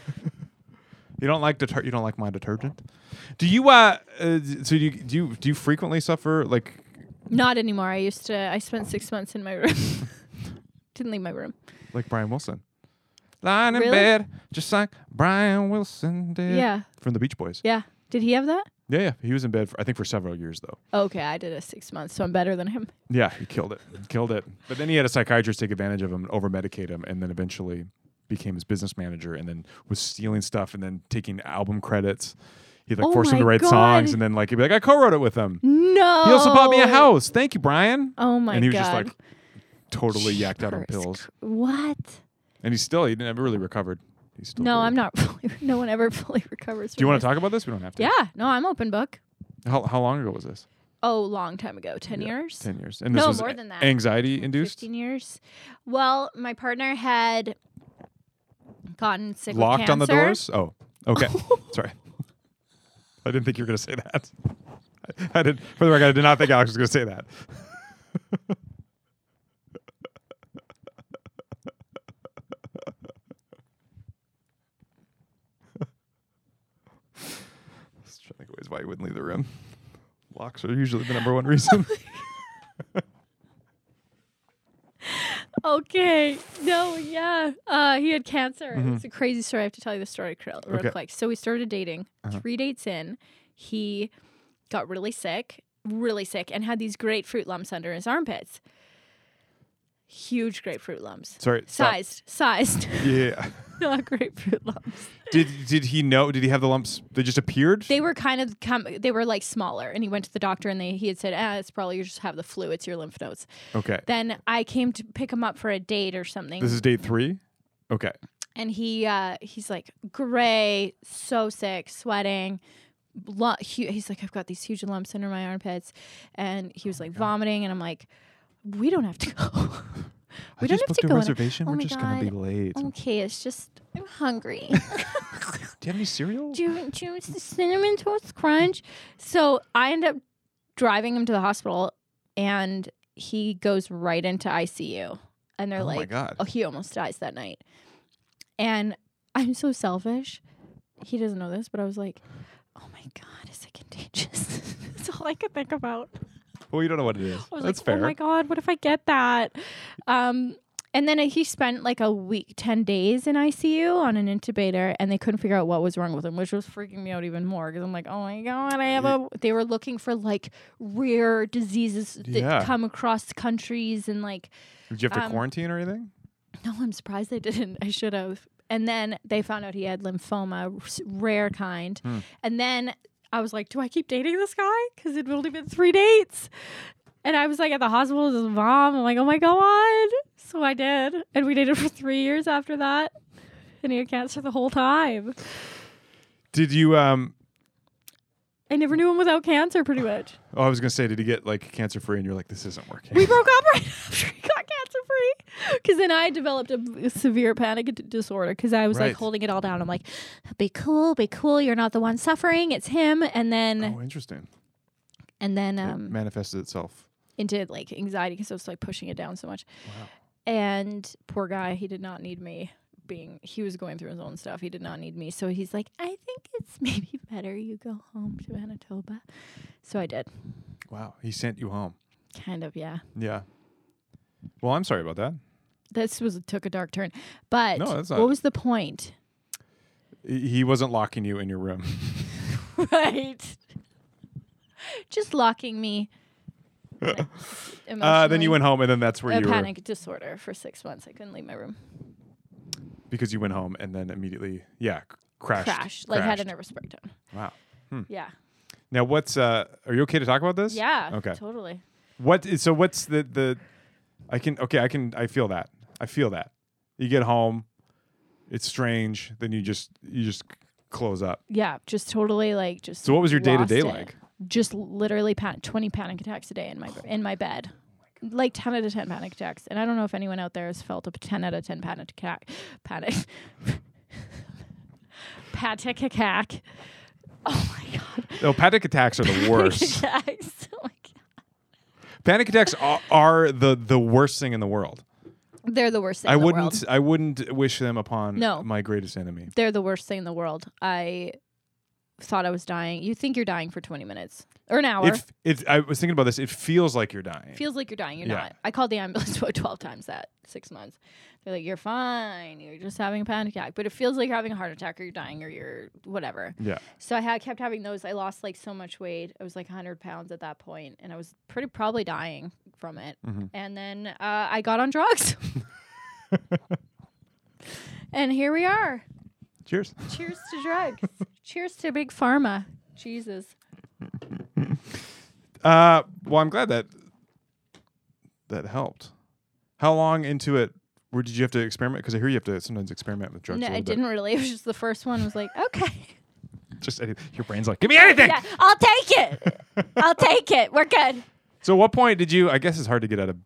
You don't like deter- You don't like my detergent. Do you? Uh, uh d- so do you, do you? Do you frequently suffer like?
Not anymore. I used to. I spent six months in my room. Didn't leave my room.
like Brian Wilson. Lying
Really?
in bed, just like Brian Wilson did.
Yeah.
From the Beach Boys.
Yeah. Did he have that?
Yeah, yeah. He was in bed, for, I think, for several years, though.
Okay, I did a six months, so I'm better than him.
Yeah, he killed it. killed it. But then he had a psychiatrist take advantage of him and over medicate him, and then eventually became his business manager and then was stealing stuff and then taking album credits. He like
Oh
forced him to
my
write
God.
songs and then like he'd be like, I co wrote it with him.
No.
He also bought me a house. Thank you, Brian.
Oh my
And he was just
god.
like totally yacked out on
Jeepers
pills.
cr- What?
And he's still he never really recovered. He's still
No,
very-
I'm not fully. No one ever fully recovers.
Do you want to talk about this? We don't have to.
Yeah. No, I'm open book.
How, how long ago was this?
Oh, long time ago, ten
Yeah,
years.
Ten years. And
No,
this was
more than that.
Anxiety induced.
15 years. Well, my partner had gotten sick with
Locked on the
cancer.
doors. Oh, okay. Sorry. I didn't think you were going to say that. I, I did. For the record, I did not think Alex was going to say that. Just trying to think of ways why you wouldn't leave the room. Locks are usually the number one reason.
Okay. No, yeah. Uh, he had cancer. It's a crazy story. I have to tell you the story cr- real
Mm-hmm. Okay. Uh-huh.
quick. So we started dating. Three dates in, he got really sick, really sick, and had these grapefruit lumps under his armpits. Huge grapefruit lumps.
Sorry. stop.
Sized, sized,
Yeah.
not grapefruit lumps.
Did did he know? Did he have the lumps? They just appeared.
They were kind of com- they were like smaller, and he went to the doctor, and they he had said, "Ah, it's probably you just have the flu. It's your lymph nodes."
okay.
Then I came to pick him up for a date or something.
This is day three. Okay.
and he uh, he's like gray, so sick, sweating. Lu- hu- he's like, I've got these huge lumps under my armpits, and he was like vomiting, and I'm like, we don't have to go. we don't have to go. And I- Oh my God.
late.
Okay, it's just I'm hungry.
Do you have any cereal?
do you, do you want the cinnamon toast crunch? So I end up driving him to the hospital, and he goes right into ICU, and they're
Oh my
like,
God.
"Oh, he almost dies that night." And I'm so selfish. He doesn't know this, but I was like, "Oh my god, is it contagious?" That's all I could think about.
well, you don't know what it is.
I was
That's
like,
fair.
"Oh my god, what if I get that?" Um, and then he spent like a week, ten days in ICU on an intubator, and they couldn't figure out what was wrong with him, which was freaking me out even more because I'm like, "Oh my god, I have a." They were looking for like rare diseases that
Yeah.
come across countries, and like,
Did you have to
um,
quarantine or anything?
no, I'm surprised they didn't. I should have. And then they found out he had lymphoma, r- s- rare kind. And then I was like, do I keep dating this guy? Because it'd only been three dates. And I was like at the hospital with his mom. I'm like, oh my God. So I did. And we dated for three years after that. And he had cancer the whole time.
Did you? Um.
I never knew him without cancer, pretty much.
Oh, I was gonna say, did you get like cancer free? And you're like, this isn't working.
We broke up right after he got cancer free. Because then I developed a b- severe panic d- disorder because I was
Right.
like holding it all down. I'm like, be cool, be cool. You're not the one suffering. It's him. And then,
oh, interesting.
and then,
it
um,
manifested itself.
into like anxiety because I was like pushing it down so much. And poor guy, he did not need me being, he was going through his own stuff. He did not need me. So he's like, I think it's maybe better you go home to Manitoba. So I did.
Wow. He sent you home.
Kind of, yeah.
Yeah. Well, I'm sorry about that.
This was took a dark turn. But
No, that's not-
what was the point?
He he wasn't locking you in your room.
Right. Just locking me. e-,
Uh, then you went home, and then that's where
a
you were.
panic disorder for six months. I couldn't leave my room.
because you went home and then immediately, yeah, c- crashed.
crashed, like had a
crashed.
nervous breakdown.
Wow.
Yeah.
Now, what's uh? Are you okay to talk about this?
Yeah.
Okay.
Totally.
What is so? What's the the? I can okay. I can. I feel that. I feel that. You get home, it's strange. Then you just you just c- close up.
Yeah. Just totally like just.
So what was your day-to-day
lost it.
like?
Just literally pan- twenty panic attacks a day in my in my bed. Like ten out of ten panic attacks, and I don't know if anyone out there has felt a ten out of ten panic attack, panic, panic attack. Oh my god!
No, panic attacks are the worst.
Panic attacks. Oh my God.
panic attacks are, are the the worst thing in the world.
They're the worst thing.
I
in the
wouldn't.
world.
I wouldn't wish them upon
No.
my greatest enemy.
They're the worst thing in the world. I thought I was dying. You think you're dying for 20 minutes or an hour.
It, it. I was thinking about this. It feels like you're dying.
Feels like you're dying. You're
Yeah.
not. I called the ambulance about 12 times that six months. They're like, you're fine. You're just having a panic attack. But it feels like you're having a heart attack or you're dying or you're whatever.
yeah.
So I had, kept having those. I lost like so much weight. I was like 100 pounds at that point, and I was pretty probably dying from it.
Mm-hmm.
And then uh, I got on drugs. and here we are.
Cheers.
Cheers to drugs. Cheers to big pharma. Jesus.
Uh, well, I'm glad that that helped. How long into it were did you have to experiment? Because I hear you have to sometimes experiment with drugs.
No,
a
I
little bit.
didn't really. It was just the first one. Was like, okay,
Just any- your brain's like, give me anything.
yeah, I'll take it. I'll take it. We're good.
So, at what point did you? I guess it's hard to get out of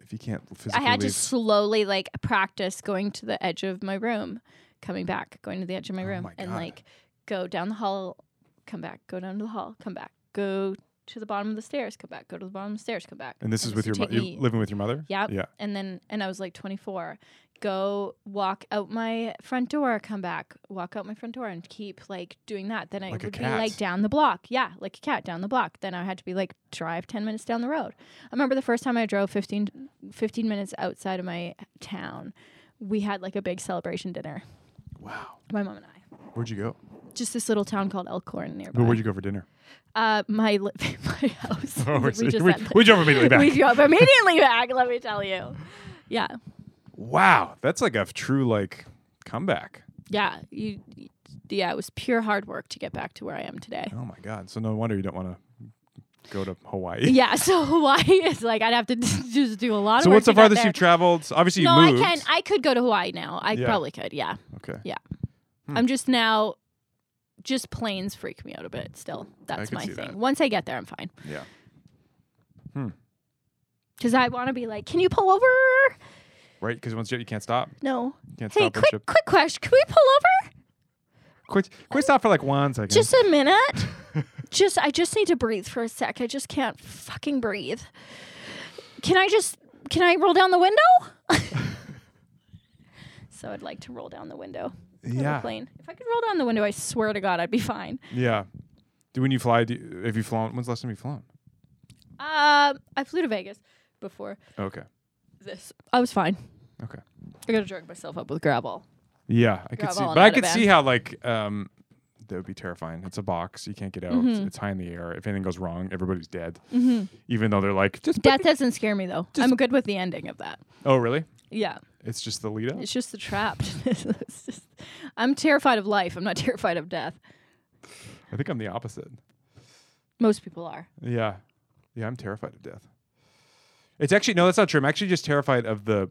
if you can't
I
physically.
had to
leave.
slowly like practice going to the edge of my room, coming back, going to the edge of my room,
Oh my
and
God.
like go down the hall, come back, go down to the hall, come back, go to the bottom of the stairs, come back, go to the bottom of the stairs, come back.
And this is with your
used to
mo-
take
you're
me-
living with your mother.
Yep.
Yeah.
And then, and I was like 24. Go walk out my front door, come back, walk out my front door, and keep like doing that. Then I
Like a
would be
cat.
like down the block. Yeah, like a cat down the block. Then I had to be like drive 10 minutes down the road. I remember the first time I drove 15, 15 minutes outside of my town, we had like a big celebration dinner,
Wow.
my mom and I.
Where'd you go?
Just this little town called Elkhorn
But
nearby.
where'd you go for dinner?
Uh, my li- my house.
Oh,
we
see,
just
we,
had-
we jump immediately back.
we drove immediately back. Let me tell you. Yeah.
wow, that's like a f- true like comeback.
yeah, you, y- yeah, it was pure hard work to get back to where I am today.
Oh my god. So no wonder you don't want to go to Hawaii.
Yeah, so Hawaii is like I'd have to just do a lot
So
of work.
what's the
to get
farthest
there.
you've traveled? Obviously,
No,
you moved.
I can. I could go to Hawaii now. I
Yeah. Hmm.
probably could. Yeah,
okay.
yeah. I'm just now. Just planes freak me out a bit. Still, that's
can
my
see
thing.
that.
Once I get there, I'm fine.
Yeah.
Because I want to be like, can you pull over?
Right? Because once you you can't stop.
No.
Can't
hey,
stop and
quick,
ship.
quick question. Can we pull over?
Quit, quit stop for like one second.
Just a minute. just I just need to breathe for a sec. I just can't fucking breathe. Can I just can I roll down the window? so I'd like to roll down the window. of the
yeah,
Plane. If I could roll down the window, I swear to God, I'd be fine.
yeah. Do when you fly? Do, you- have you flown? When's the last time you flown?
Uh, I flew to Vegas before
Okay,
this. I was fine.
okay.
I gotta drug myself up with gravel.
Yeah, I could
Grab
see,
all
but I
out of
could
it.
see how like um, that would be terrifying. It's a box you can't get out.
Mm-hmm.
It's, it's high in the air. If anything goes wrong, everybody's dead. Even though they're like, just
Death doesn't scare me though. I'm good with the ending of that.
oh really?
Yeah,
It's just the lead up.
it's just the trap. It's just- I'm terrified of life. I'm not terrified of death.
I think I'm the opposite.
Most people are.
Yeah, yeah. I'm terrified of death. It's actually no, that's not true. I'm actually just terrified of the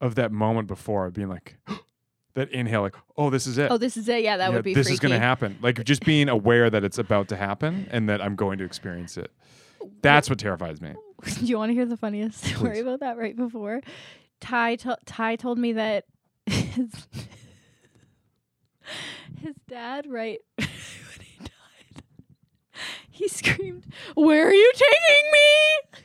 of that moment before of being like that inhale, like oh this is it.
Oh, this is it. Yeah, that
Yeah,
would be.
this
freaky.
is going to happen like just being aware that it's about to happen and that i'm going to experience it that's what terrifies me
Do you want to hear the funniest story
Please.
about that right before? Ty, to- Ty told me that his, his dad, right when he died, he screamed, Where are you taking me?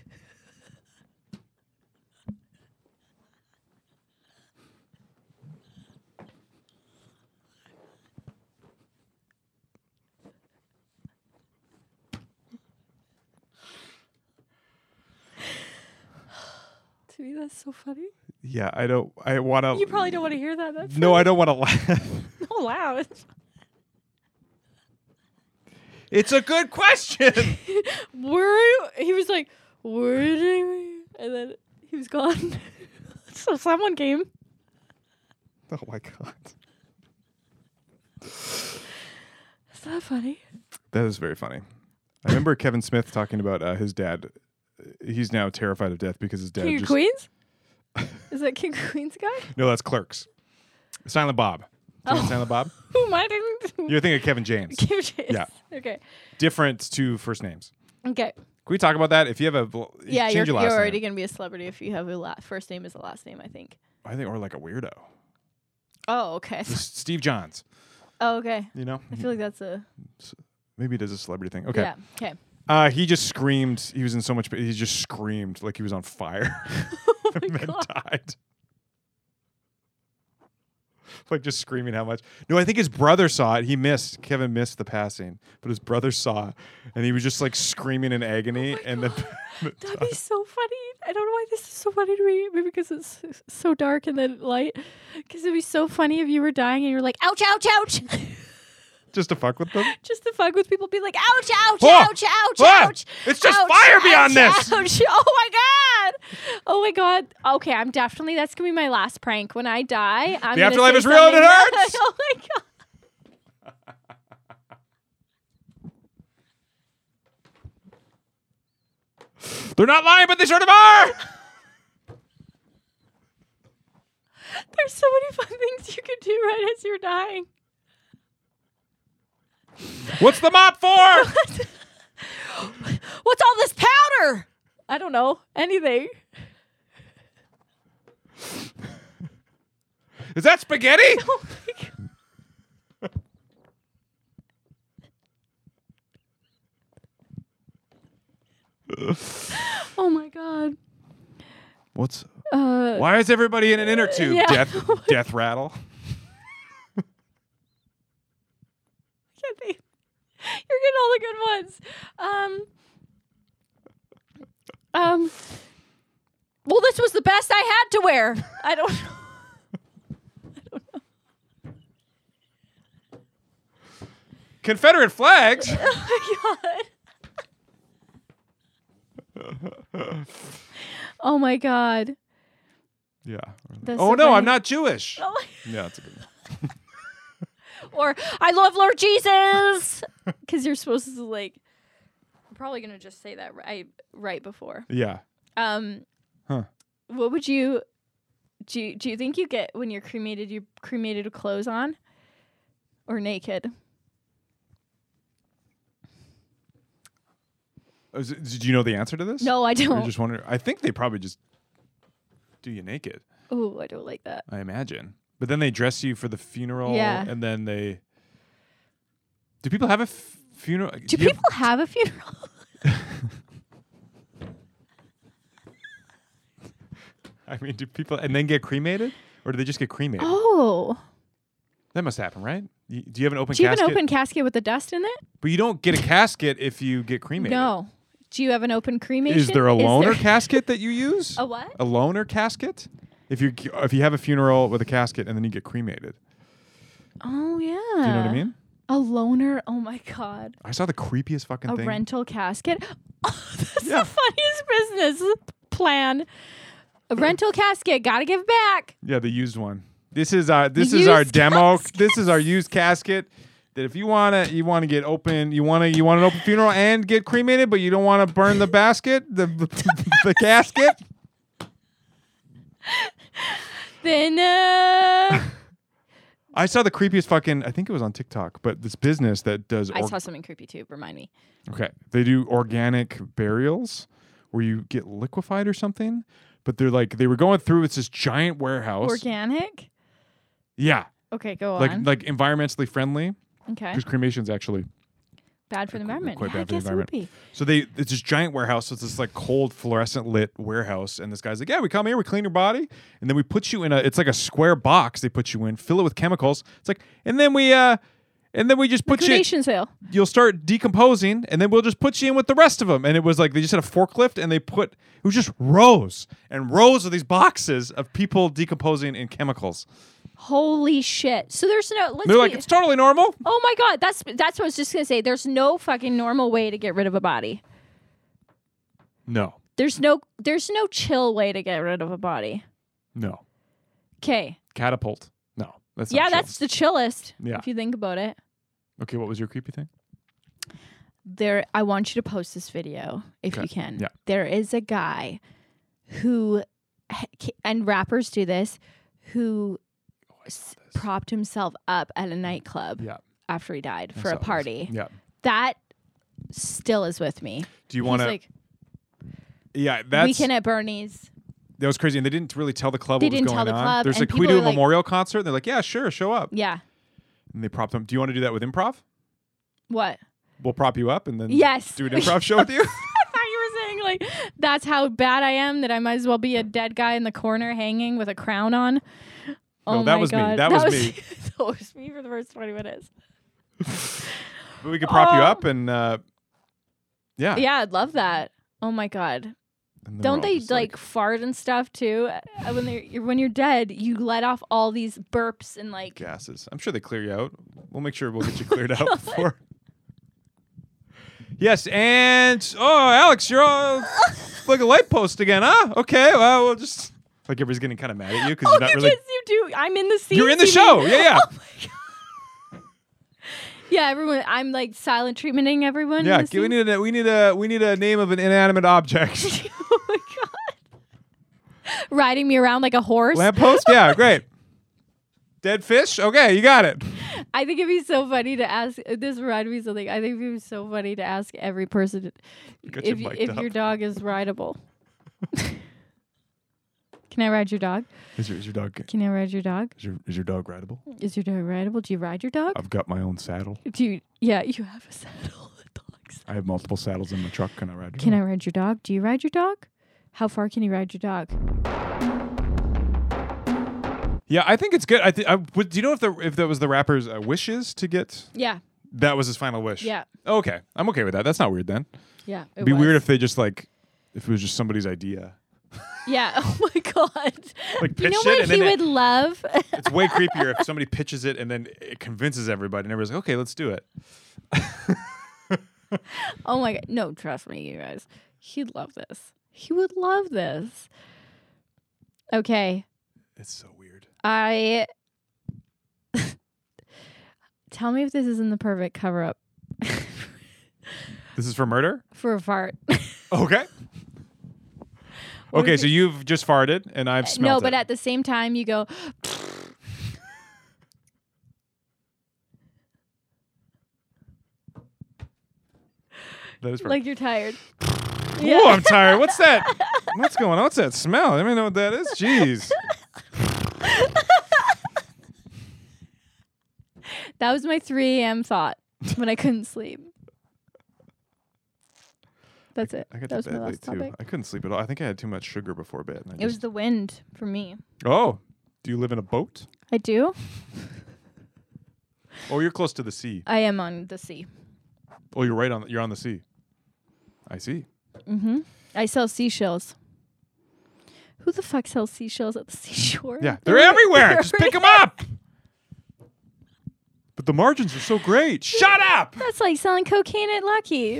To me, that's so funny.
yeah i don't i want
You
to
probably don't want to hear that.
Oh.
That's oh,
no i don't want to laugh
so loud.
it's a good question
Where are you? He was like, Where are you taking me? And then he was gone. so someone came.
Oh my god,
Is that funny?
that is very funny. I remember Kevin Smith talking about uh, his dad. He's now terrified of death because his dad.
King of
just,
Queens? Is that King of Queens guy?
No, that's Clerks. Silent Bob. Do you know Silent Bob.
Who am I? Didn't
You're thinking of Kevin James.
King of James.
Yeah.
Okay.
Different two first names.
Okay.
Can we talk about that? If you have a bl-
Yeah,
change your
you're, you're
last name.
already gonna be a celebrity if you have a la- first name as a last name. I think.
I think, or like a weirdo.
Oh, okay.
S- Steve Johns.
Oh, okay.
You know,
I feel like that's a
maybe it is a celebrity thing. Okay.
yeah. Okay.
Uh, he just screamed. He was in so much pain. He just screamed like he was on fire
Oh
and then died. Like just screaming how much. No, I think his brother saw it. He missed. Kevin missed the passing, but his brother saw it and he was just like screaming in
Oh
agony. and then
That'd be so funny. I don't know why this is so funny to me. Maybe because it's s- so dark and then light. Because it'd be so funny if you were dying and you were like, ouch, ouch, ouch.
just to fuck with them.
just to fuck with people, be like, ouch, ouch,
Oh!
ouch, ouch,
Ah!
ouch.
It's just
ouch,
fire
ouch,
beyond this!
ouch. Oh my God. Oh my God. Okay, I'm definitely, that's going to be my last prank. When I die, I'm
The
gonna
afterlife
say
is real and it
something-
hurts!
oh my God.
They're not lying, but they sort of are.
There's so many fun things you could do right as you're dying.
What's the mop for?
What's all this powder? I don't know. Anything.
Is that spaghetti?
Oh my God. Oh my god.
What's
Uh,
why is everybody in an inner tube?
yeah.
Death, death rattle.
can't think. You're getting all the good ones. Um, um, well, this was the best I had to wear. I don't know.
Confederate flags.
Oh my god. oh my god.
Yeah.
That's
oh
so
no,
funny.
I'm not Jewish.
Oh my-
Yeah, that's a good one.
or I love Lord Jesus because you're supposed to like. I'm probably gonna just say that right right before.
Yeah.
Um,
Huh.
What would you do? You, do you think you get when you're cremated? You cremated with clothes on, or naked?
Oh, Is it- did you know the answer to this?
No, I
Or you
don't.
just wonder. I think they probably just do you naked.
oh, I don't like that.
I imagine. But then they dress you for the funeral.
Yeah.
And then they. Do people have a f- funeral?
Do
you have-
people have a funeral?
I mean, do people and then get cremated, or do they just get cremated?
Oh,
That must happen, right? You, do you have an open
do you have
casket?
an open casket with the dust in it?
but you don't get a casket if you get cremated.
No. Do you have an open cremation?
Is there a loner
there- Oh.
casket Uh, that you use?
A what?
A loner casket? If you if you have a funeral with a casket and then you get cremated,
Oh yeah.
do you know what I mean?
A loner. Oh my god.
I saw the creepiest fucking
A
thing.
rental casket. Oh, that's
Yeah.
the funniest business plan. A rental casket. Gotta give back.
Yeah, the used one. This is our this is our
used
demo.
casket.
This is our used casket. That if you wanna you wanna get open, you wanna you want an open funeral and get cremated, but you don't wanna burn the basket, the the, the casket.
Then uh,
I saw the creepiest fucking. I think it was on TikTok, but this business that does.
I
or-
saw something creepy too. Remind me.
Okay. They do organic burials where you get liquefied or something. But they're like they were going through it's this giant warehouse.
Organic.
yeah.
Okay, go
Like
on.
like environmentally friendly.
okay.
Because cremation's actually
Bad for the environment.
quite
yeah, I
bad for the
guess it would be.
so they it's this giant warehouse. So it's this like cold fluorescent lit warehouse. And this guy's like, Yeah, we come here, we clean your body, and then we put you in a it's like a square box they put you in, fill it with chemicals. It's like and then we uh and then we just put you
Cremation sale.
you'll start decomposing and then we'll just put you in with the rest of them and it was like they just had a forklift and they put it was just rows and rows of these boxes of people decomposing in chemicals
Holy shit. So there's no. Let's
they're like
be-
it's totally normal
Oh my god, that's that's what I was just gonna say. There's no fucking normal way to get rid of a body.
no
There's no there's no chill way to get rid of a body.
no
Okay.
catapult no That's not
yeah,
chill.
that's the chillest.
Yeah.
If you think about it.
okay. What was your creepy thing?
there I want you to post this video if
Okay.
you can.
Yeah.
There is a guy who and rappers do this who
Oh,
s- propped himself up at a nightclub
Yeah,
after he died for
I
a
saw this.
party.
Yeah.
That still is with me.
Do you
He's
want to?
like
yeah, that's
weekend at Bernie's.
that was crazy, and they didn't really tell the club
They
what was
didn't
going
tell the
on.
club,
There's
and
like can we
people
do a
were like-
memorial concert, and they're like, yeah, sure, show up,
Yeah.
and they propped them. Do you want to do that with improv?
What?
We'll prop you up, and then
Yes.
do an improv show with you.
I thought you were saying like that's how bad I am that I might as well be a dead guy in the corner hanging with a crown on. Oh
No, that was me. That was me.
that was me for the first twenty minutes.
But we could prop you
Oh.
up, and uh, yeah,
Yeah, I'd love that. Oh my god!
And then we're
Don't
all
they like,
just like,
fart and stuff too? Uh, when they're you're, when you're dead, you let off all these burps and like
gases? I'm sure they clear you out. We'll make sure we'll get you cleared out before. Yes, and oh, Alex, you're all like a light post again, huh? Okay, well, we'll just like everybody's getting kind of mad at you because
oh,
you're not
you
really
just you do. I'm in the scene.
you're in the
you
show.
mean.
Yeah, yeah.
yeah. Everyone, I'm like silent treatmenting everyone. in
Yeah,
the
g- we
scene.
need a we need a we need a name of an inanimate object.
oh my god! Riding me around like a horse.
Lamppost? Yeah, great. Dead fish? Okay, you got it.
I think it'd be so funny to ask. uh, This reminded me of something. I think it'd be so funny to ask every person
Got you
if y-
mic'd
if
up.
your dog is rideable. Can I ride your dog?
Is your, is your dog
Can I ride your dog?
is your, is your dog rideable?
Is your dog rideable? Do you ride your dog?
I've got my own saddle.
Do you? Yeah, you have a saddle. A dog saddle.
I have multiple saddles in my truck. Can I ride? your
Can
dog?
I ride your dog? Do you ride your dog? How far can you ride your dog?
Yeah, I think it's good. I, th- I would, do you know if the if that was the rapper's uh, wishes to get
Yeah,
that was his final wish? Oh,
Yeah.
Okay, I'm okay with that. That's not weird then.
yeah.
It'd be weird if they just like if it was just somebody's idea.
Yeah. Oh my god.
Like pitch
you know
it
what
and
he
then
would
it-
love?
It's way creepier if somebody pitches it and then it convinces everybody and everybody's like, okay, let's do it.
Oh my god. No, trust me, you guys. He'd love this. He would love this. Okay.
It's so weird.
I tell me if this isn't the perfect cover up
This is for murder.
for a fart.
Okay. okay, so you've just farted and I've
Uh, no,
smelled
but
it.
at the same time you go
that is
like you're tired.
Oh, I'm tired. What's that? What's going on? What's that smell? I don't even know what that is. Jeez.
That was my 3 a.m. thought when I couldn't sleep. That's it.
I got
That was
to
my
bed
last
late too.
topic.
I couldn't sleep at all. I think I had too much sugar before bed. and I
It was
just-
the wind for me.
oh, do you live in a boat?
I do.
Oh, you're close to the sea.
I am on the sea.
Oh, you're right on. You're on the sea. I see.
I sell seashells. Who the fuck sells seashells at the seashore?
Yeah, they're everywhere. Just pick them up. But the margins are so great. Shut up.
That's like selling cocaine at Lucky.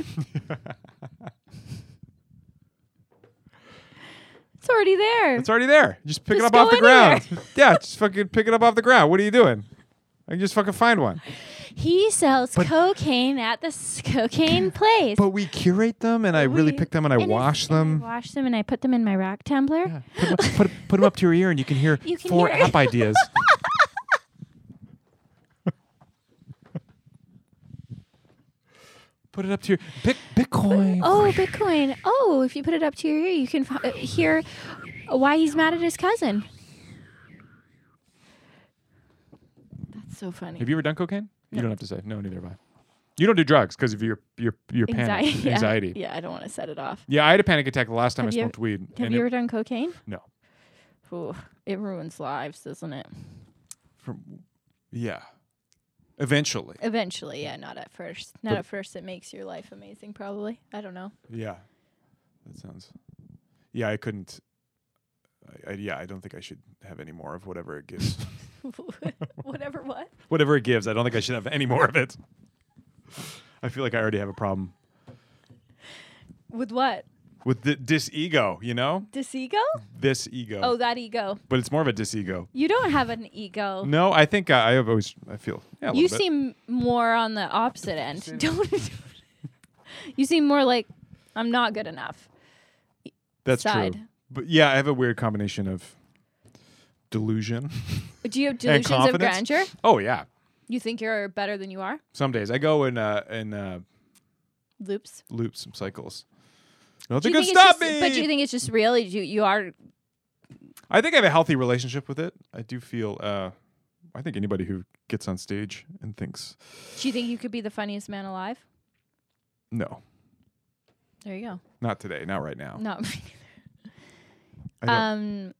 it's already there.
It's already there. Just pick
Just
it up off
go
the ground. yeah, just fucking pick it up off the ground. What are you doing? I can just fucking find one.
He sells cocaine at the s- cocaine place.
But we curate them, and I really
We-
pick them, and I
it's-
wash
and I
them.
wash them and I put them in my rock tumbler.
Put, 'em up- put, put them up to your ear, and you can hear
You can
four
hear-
app ideas. put it up to your Bic- Bitcoin.
Oh, Bitcoin. Oh, if you put it up to your ear, you can f- uh, hear why he's mad at his cousin. That's so funny.
Have you ever done cocaine? You don't have to say. No, neither have I. You don't do drugs because of your your your panic,
Anxiety.
anxiety.
Yeah. Yeah, I don't want to set it off.
Yeah, I had a panic attack the last time
Have
I
you-
smoked weed.
Have
and
you
it-
ever done cocaine?
no.
Ooh, it ruins lives, doesn't it?
From, yeah. Eventually.
Eventually, yeah, not at first. Not
But-
at first, it makes your life amazing, probably. I don't know.
Yeah, that sounds. Yeah, I couldn't. I, I, yeah, I don't think I should have any more of whatever it gives.
Whatever what?
whatever it gives, I don't think I should have any more of it. I feel like I already have a problem
With what?
with the disego, you know?
This ego?
This ego.
Oh, that ego.
but it's more of a disego.
You don't have an ego.
No, I think I, I have always I feel yeah, a
Oh. you
little bit.
seem more on the opposite end. Don't. you seem more like I'm not good enough.
That's true.
side.
But yeah, I have a weird combination of delusion
Do you have
and
delusions of
confidence.
grandeur?
Oh yeah.
You think you're better than you are?
Some days I go in uh in uh
Loops.
loops and cycles. No, they
Do you
can
think it's
stop
just-
me.
But do you think it's just real? You you are
I think I have a healthy relationship with it. I do feel. Uh, I think anybody who gets on stage and thinks
Do you think you could be the funniest man alive?
no,
There you go.
not today, not right now.
No.
I don't-
um.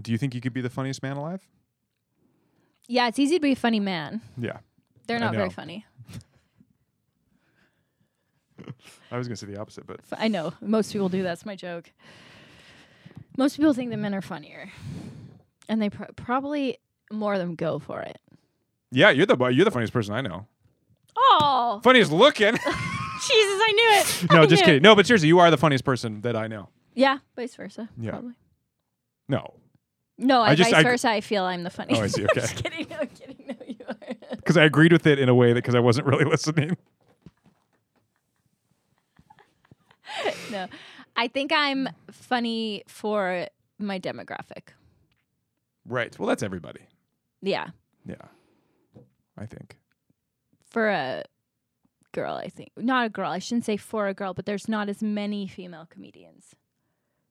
do you think you could be the funniest man alive?
Yeah, it's easy to be a funny man.
Yeah, I
They're not very
know.
funny.
I was gonna say the opposite, but
F- I know most people do. That's my joke. Most people think that men are funnier, and they pro- probably more of them go for it.
yeah, you're the you're the funniest person I know.
Oh,
Funniest looking.
Jesus! I knew it.
no,
I
just
knew it.
kidding. No, but seriously, you are the funniest person that I know.
Yeah, vice versa.
Yeah.
Probably.
No,
No, I,
just-
vice
I-
versa. I feel I'm the funniest.
Oh, I see,
I'm
okay.
just kidding. No, I'm kidding. No, you are.
because I agreed with it in a way that because I wasn't really listening.
no, I think I'm funny for my demographic.
Right. Well, that's everybody.
Yeah,
Yeah, I think.
for a girl, I think. Not a girl. I shouldn't say for a girl, but there's not as many female comedians.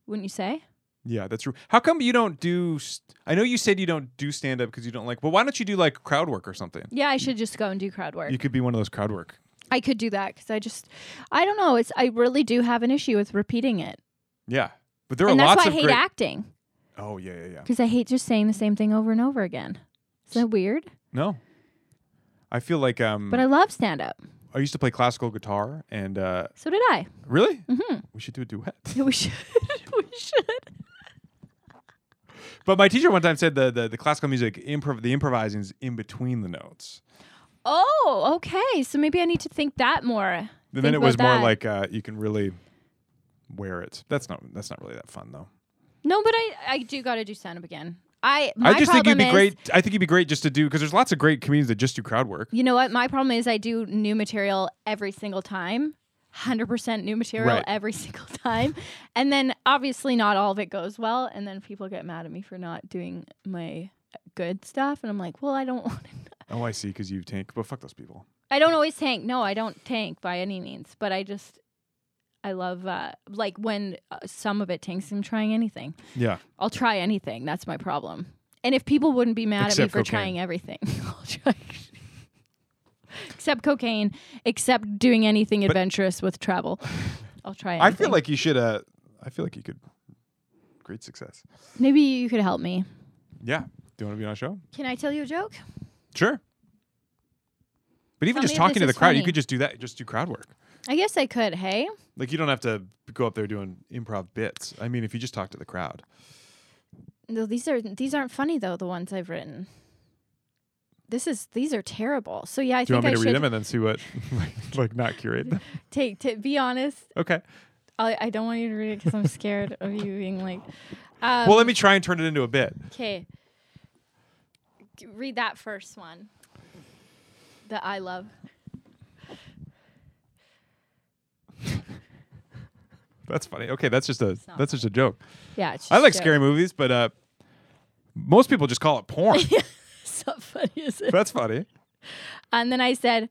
Wouldn't you say?
Yeah, that's true. How come you don't do? St- I know you said you don't do stand up because you don't like. Well, why don't you do like crowd work or something?
Yeah, I should just go and do crowd work.
You could be one of those crowd work.
I could do that because I just, I don't know. It's I really do have an issue with repeating it,
Yeah, but there
and
are
that's
lots
why I
of
hate
great.
acting
oh yeah, yeah, yeah.
because I hate just saying the same thing over and over again. Is that weird?
No, I feel like um.
But I love stand up.
I used to play classical guitar, and uh
So did I.
really, mm-hmm. we should do a duet.
We should. we should.
but my teacher one time said the the, the classical music improv the improvising is in between the notes.
Oh, okay. So maybe I need to think that more.
And
Think
then it was
about
more
that.
like uh, you can really wear it. That's not that's not really that fun though.
No, but I I do got to do stand up again. I my
I just think
problem
you'd be
is,
great. I think you'd be great just to do because there's lots of great comedians that just do crowd work.
You know what? My problem is I do new material every single time. 100% new material
Right.
every single time. And then obviously not all of it goes well and then people get mad at me for not doing my good stuff and I'm like, "Well, I don't want to
Oh, I see. Because you tank, but fuck those people.
I don't always tank. No, I don't tank by any means, but I just I love uh, like when uh, some of it tanks. I'm trying anything.
Yeah,
I'll try anything. That's my problem. And if people wouldn't be mad at me
Except
for
cocaine.
trying everything, I'll try. except cocaine, except doing anything adventurous with travel, I'll try.
I
Anything.
feel like you should. Uh, I feel like you could. Great success.
maybe you could help me.
Yeah. Do you want to be on a show?
Can I tell you a joke?
Sure. But even
Tell
just
me if
talking
this
to the
is
crowd, you
funny.
could just do that. Just do crowd work.
I guess I could. Hey,
Like you don't have to go up there doing improv bits. I mean, if you just talk to the crowd.
no, these are these aren't funny though. The ones I've written. This is these are terrible. So yeah, I
Do you want
think
me
I
to
should
read them and then see what, like, like not curate them?
take to be honest
Okay.
I, I don't want you to read it because i'm scared of you being like um,
well, let me try and turn it into a bit.
okay read that first one that i love
That's funny. Okay, that's just a
not
that's just a joke.
yeah it's
I like
just-
scary movies, but uh, most people just call it porn.
it's not funny is it
that's funny.
and then i said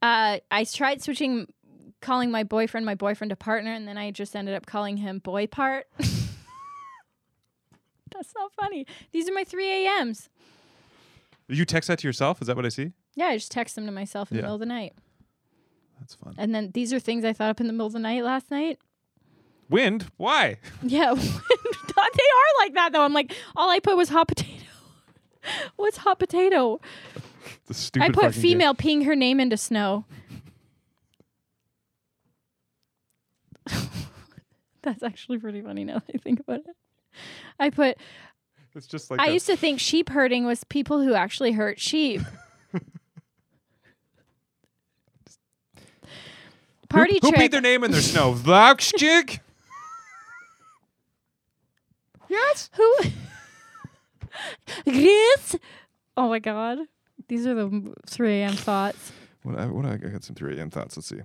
uh, i tried switching calling my boyfriend my boyfriend a partner and then i just ended up calling him boy part that's not funny these are my 3 a.m's
You text that to yourself? Is that what I see?
yeah i just text them to myself in
Yeah.
the middle of the night
That's fun.
and then these are things i thought up in the middle of the night last night
Wind? Why?
Yeah, they are like that though. I'm like, all I put was hot potato. What's hot potato?
The stupid.
I put
fucking game.
female peeing her name into snow. That's actually pretty funny now that I think about it. I put.
It's just like
I
a-
used to think sheep herding was people who actually hurt sheep. Party
who
trick.
paid their name in their snow. Vox chick. Yes.
Who? Chris? Oh my God. These are the 3 a.m. thoughts.
What I, what I, I got some 3 a.m. thoughts. Let's see.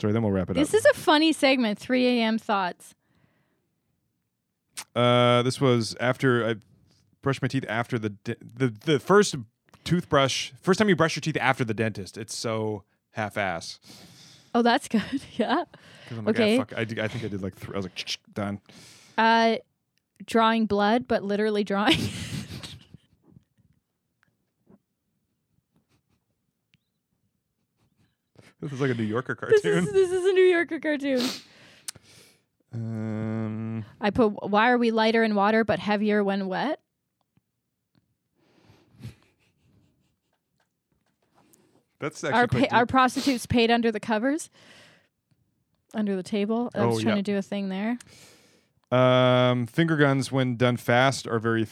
Sorry, then we'll wrap it
This
up.
is a funny segment, 3 a.m. thoughts.
uh, this was after I brushed my teeth after the de- the the first toothbrush. First time you brush your teeth after the dentist. It's so half-ass.
Oh, that's good. Yeah.
'Cause I'm like, ah,
Okay.
fuck, I, did- I think I did like three. I was like done.
Uh, drawing blood, but literally drawing.
This is like a New Yorker
this, is,
cartoon.
this is a New Yorker cartoon.
um,
I put, why are we lighter in water but heavier when wet?
that's
Are,
actually
pa-
quite
are
deep.
prostitutes paid under the covers? Under the table? I was
Oh,
trying
yeah.
to do a thing there.
Um, finger guns, when done fast, are very th-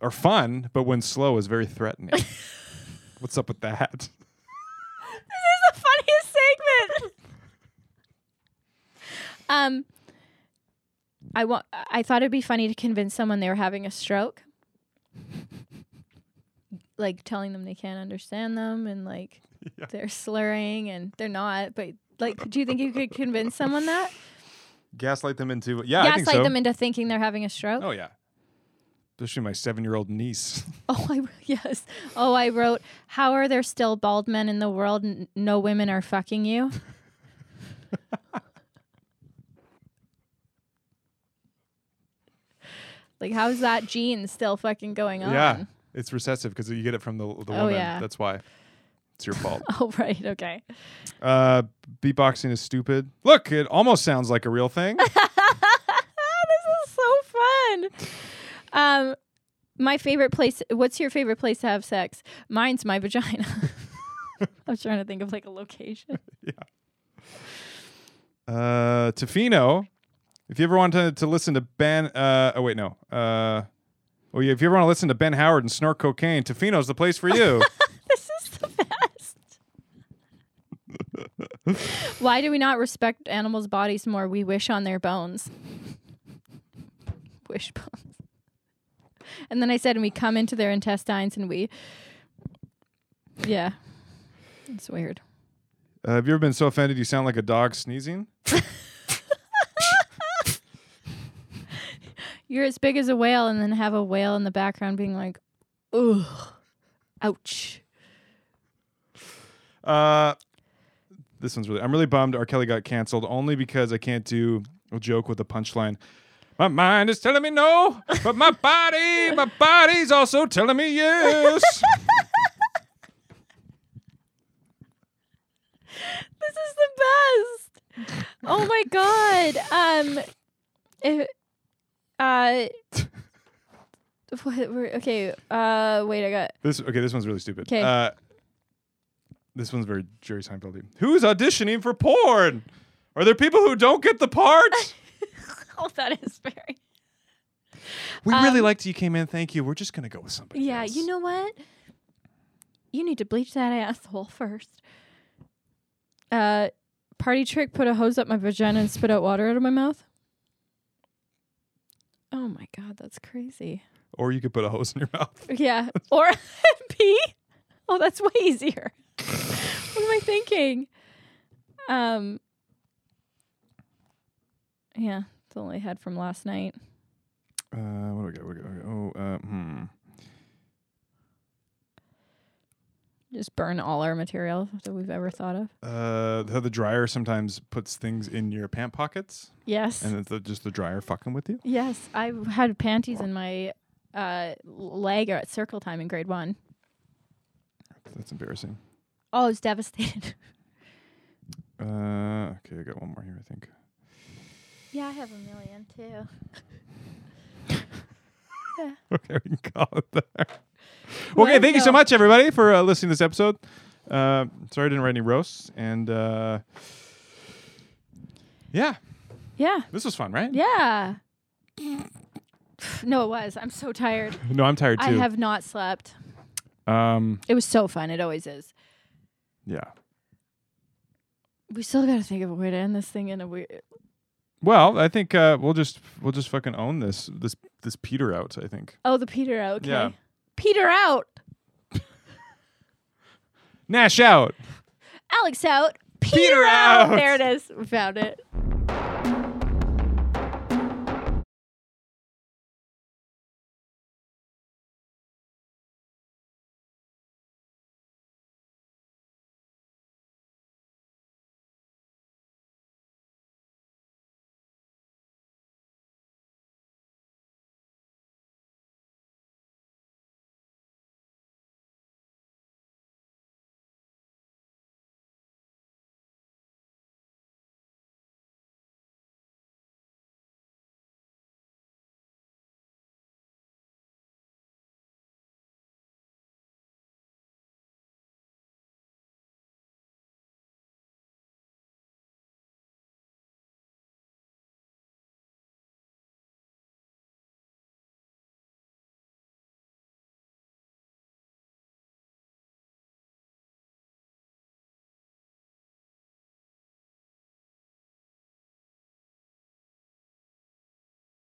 are fun, but when slow, is very threatening. What's up with that?
This is the funniest segment. um, I want. I thought it'd be funny to convince someone they were having a stroke, like telling them they can't understand them and like they're slurring and they're not. But like, do you think you could convince someone that
Gaslight them into yeah, I think
gaslight
so.
them into thinking they're having a stroke?
oh yeah, especially my seven-year-old niece.
Oh, I yes. Oh, I wrote. How are there still bald men in the world? N- no women are fucking you. like, how's that gene still fucking going on?
Yeah, it's recessive because you get it from the the woman.
Oh, yeah.
That's why it's your fault.
Oh, right. Okay.
uh, beatboxing is stupid. Look, it almost sounds like a real thing.
this is so fun. Um, my favorite place. What's your favorite place to have sex? Mine's my vagina. I was trying to think of like a location.
Uh, Tofino, if you ever want to, to listen to Ben, uh, oh wait, no. Uh, well, yeah, if you ever want to listen to Ben Howard and snort cocaine, Tofino's the place for you.
This is the best. Why do we not respect animals' bodies more? We wish on their bones. Wish bones. And then I said, and we come into their intestines and we. Yeah. It's weird.
uh, have you ever been so offended you sound like a dog sneezing?
You're as big as a whale and then have a whale in the background being like, ugh, ouch.
Uh, this one's really. I'm really bummed. R. Kelly got canceled only because I can't do a joke with a punchline. My mind is telling me no, but my body, my body's also telling me yes.
This is the best. Oh my god. Um if uh what were, okay, uh wait, I got
This okay. This one's really stupid.
'Kay.
Uh, this one's very Jerry Seinfeldy. Who's auditioning for porn? Are there people who don't get the parts?
Oh, that is very
we really
Um,
liked you came in. Thank you. We're just gonna go with somebody.
Yeah,
else.
you know what? You need to bleach that asshole first. Uh party trick put a hose up my vagina and spit out water out of my mouth. Oh my god, that's crazy.
Or you could put a hose in your mouth.
Yeah. Or pee. Oh, that's way easier. what am I thinking? Um Yeah, it's the only I had from last night.
Uh, what do we got? What do we got? Oh, uh, hmm.
Just burn all our material that we've ever thought of.
Uh, how the dryer sometimes puts things in your pant pockets,
Yes.
and it's the, just the dryer fucking with you.
yes. I had panties in my uh leg at circle time in grade one.
That's embarrassing.
Oh, I was devastated.
Uh, okay, I got one more here. I think.
yeah, I have a million too.
Okay, we can call it there. okay, thank you so
no.
much, everybody, for uh, listening to this episode. Uh, sorry I didn't write any roasts. And uh, yeah,
Yeah.
this was fun, right?
Yeah. no, it was. I'm so tired.
No, I'm tired
I
too.
have not slept.
um,
It was so fun. It always is.
yeah.
We still got to think of a way to end this thing in a weird.
Well, I think uh, we'll just we'll just fucking own this this this Peter out. I think
Oh, the Peter out. Okay.
Yeah.
Peter out.
Nash out.
Alex out. Peter,
Peter out.
out. There it is. We found it.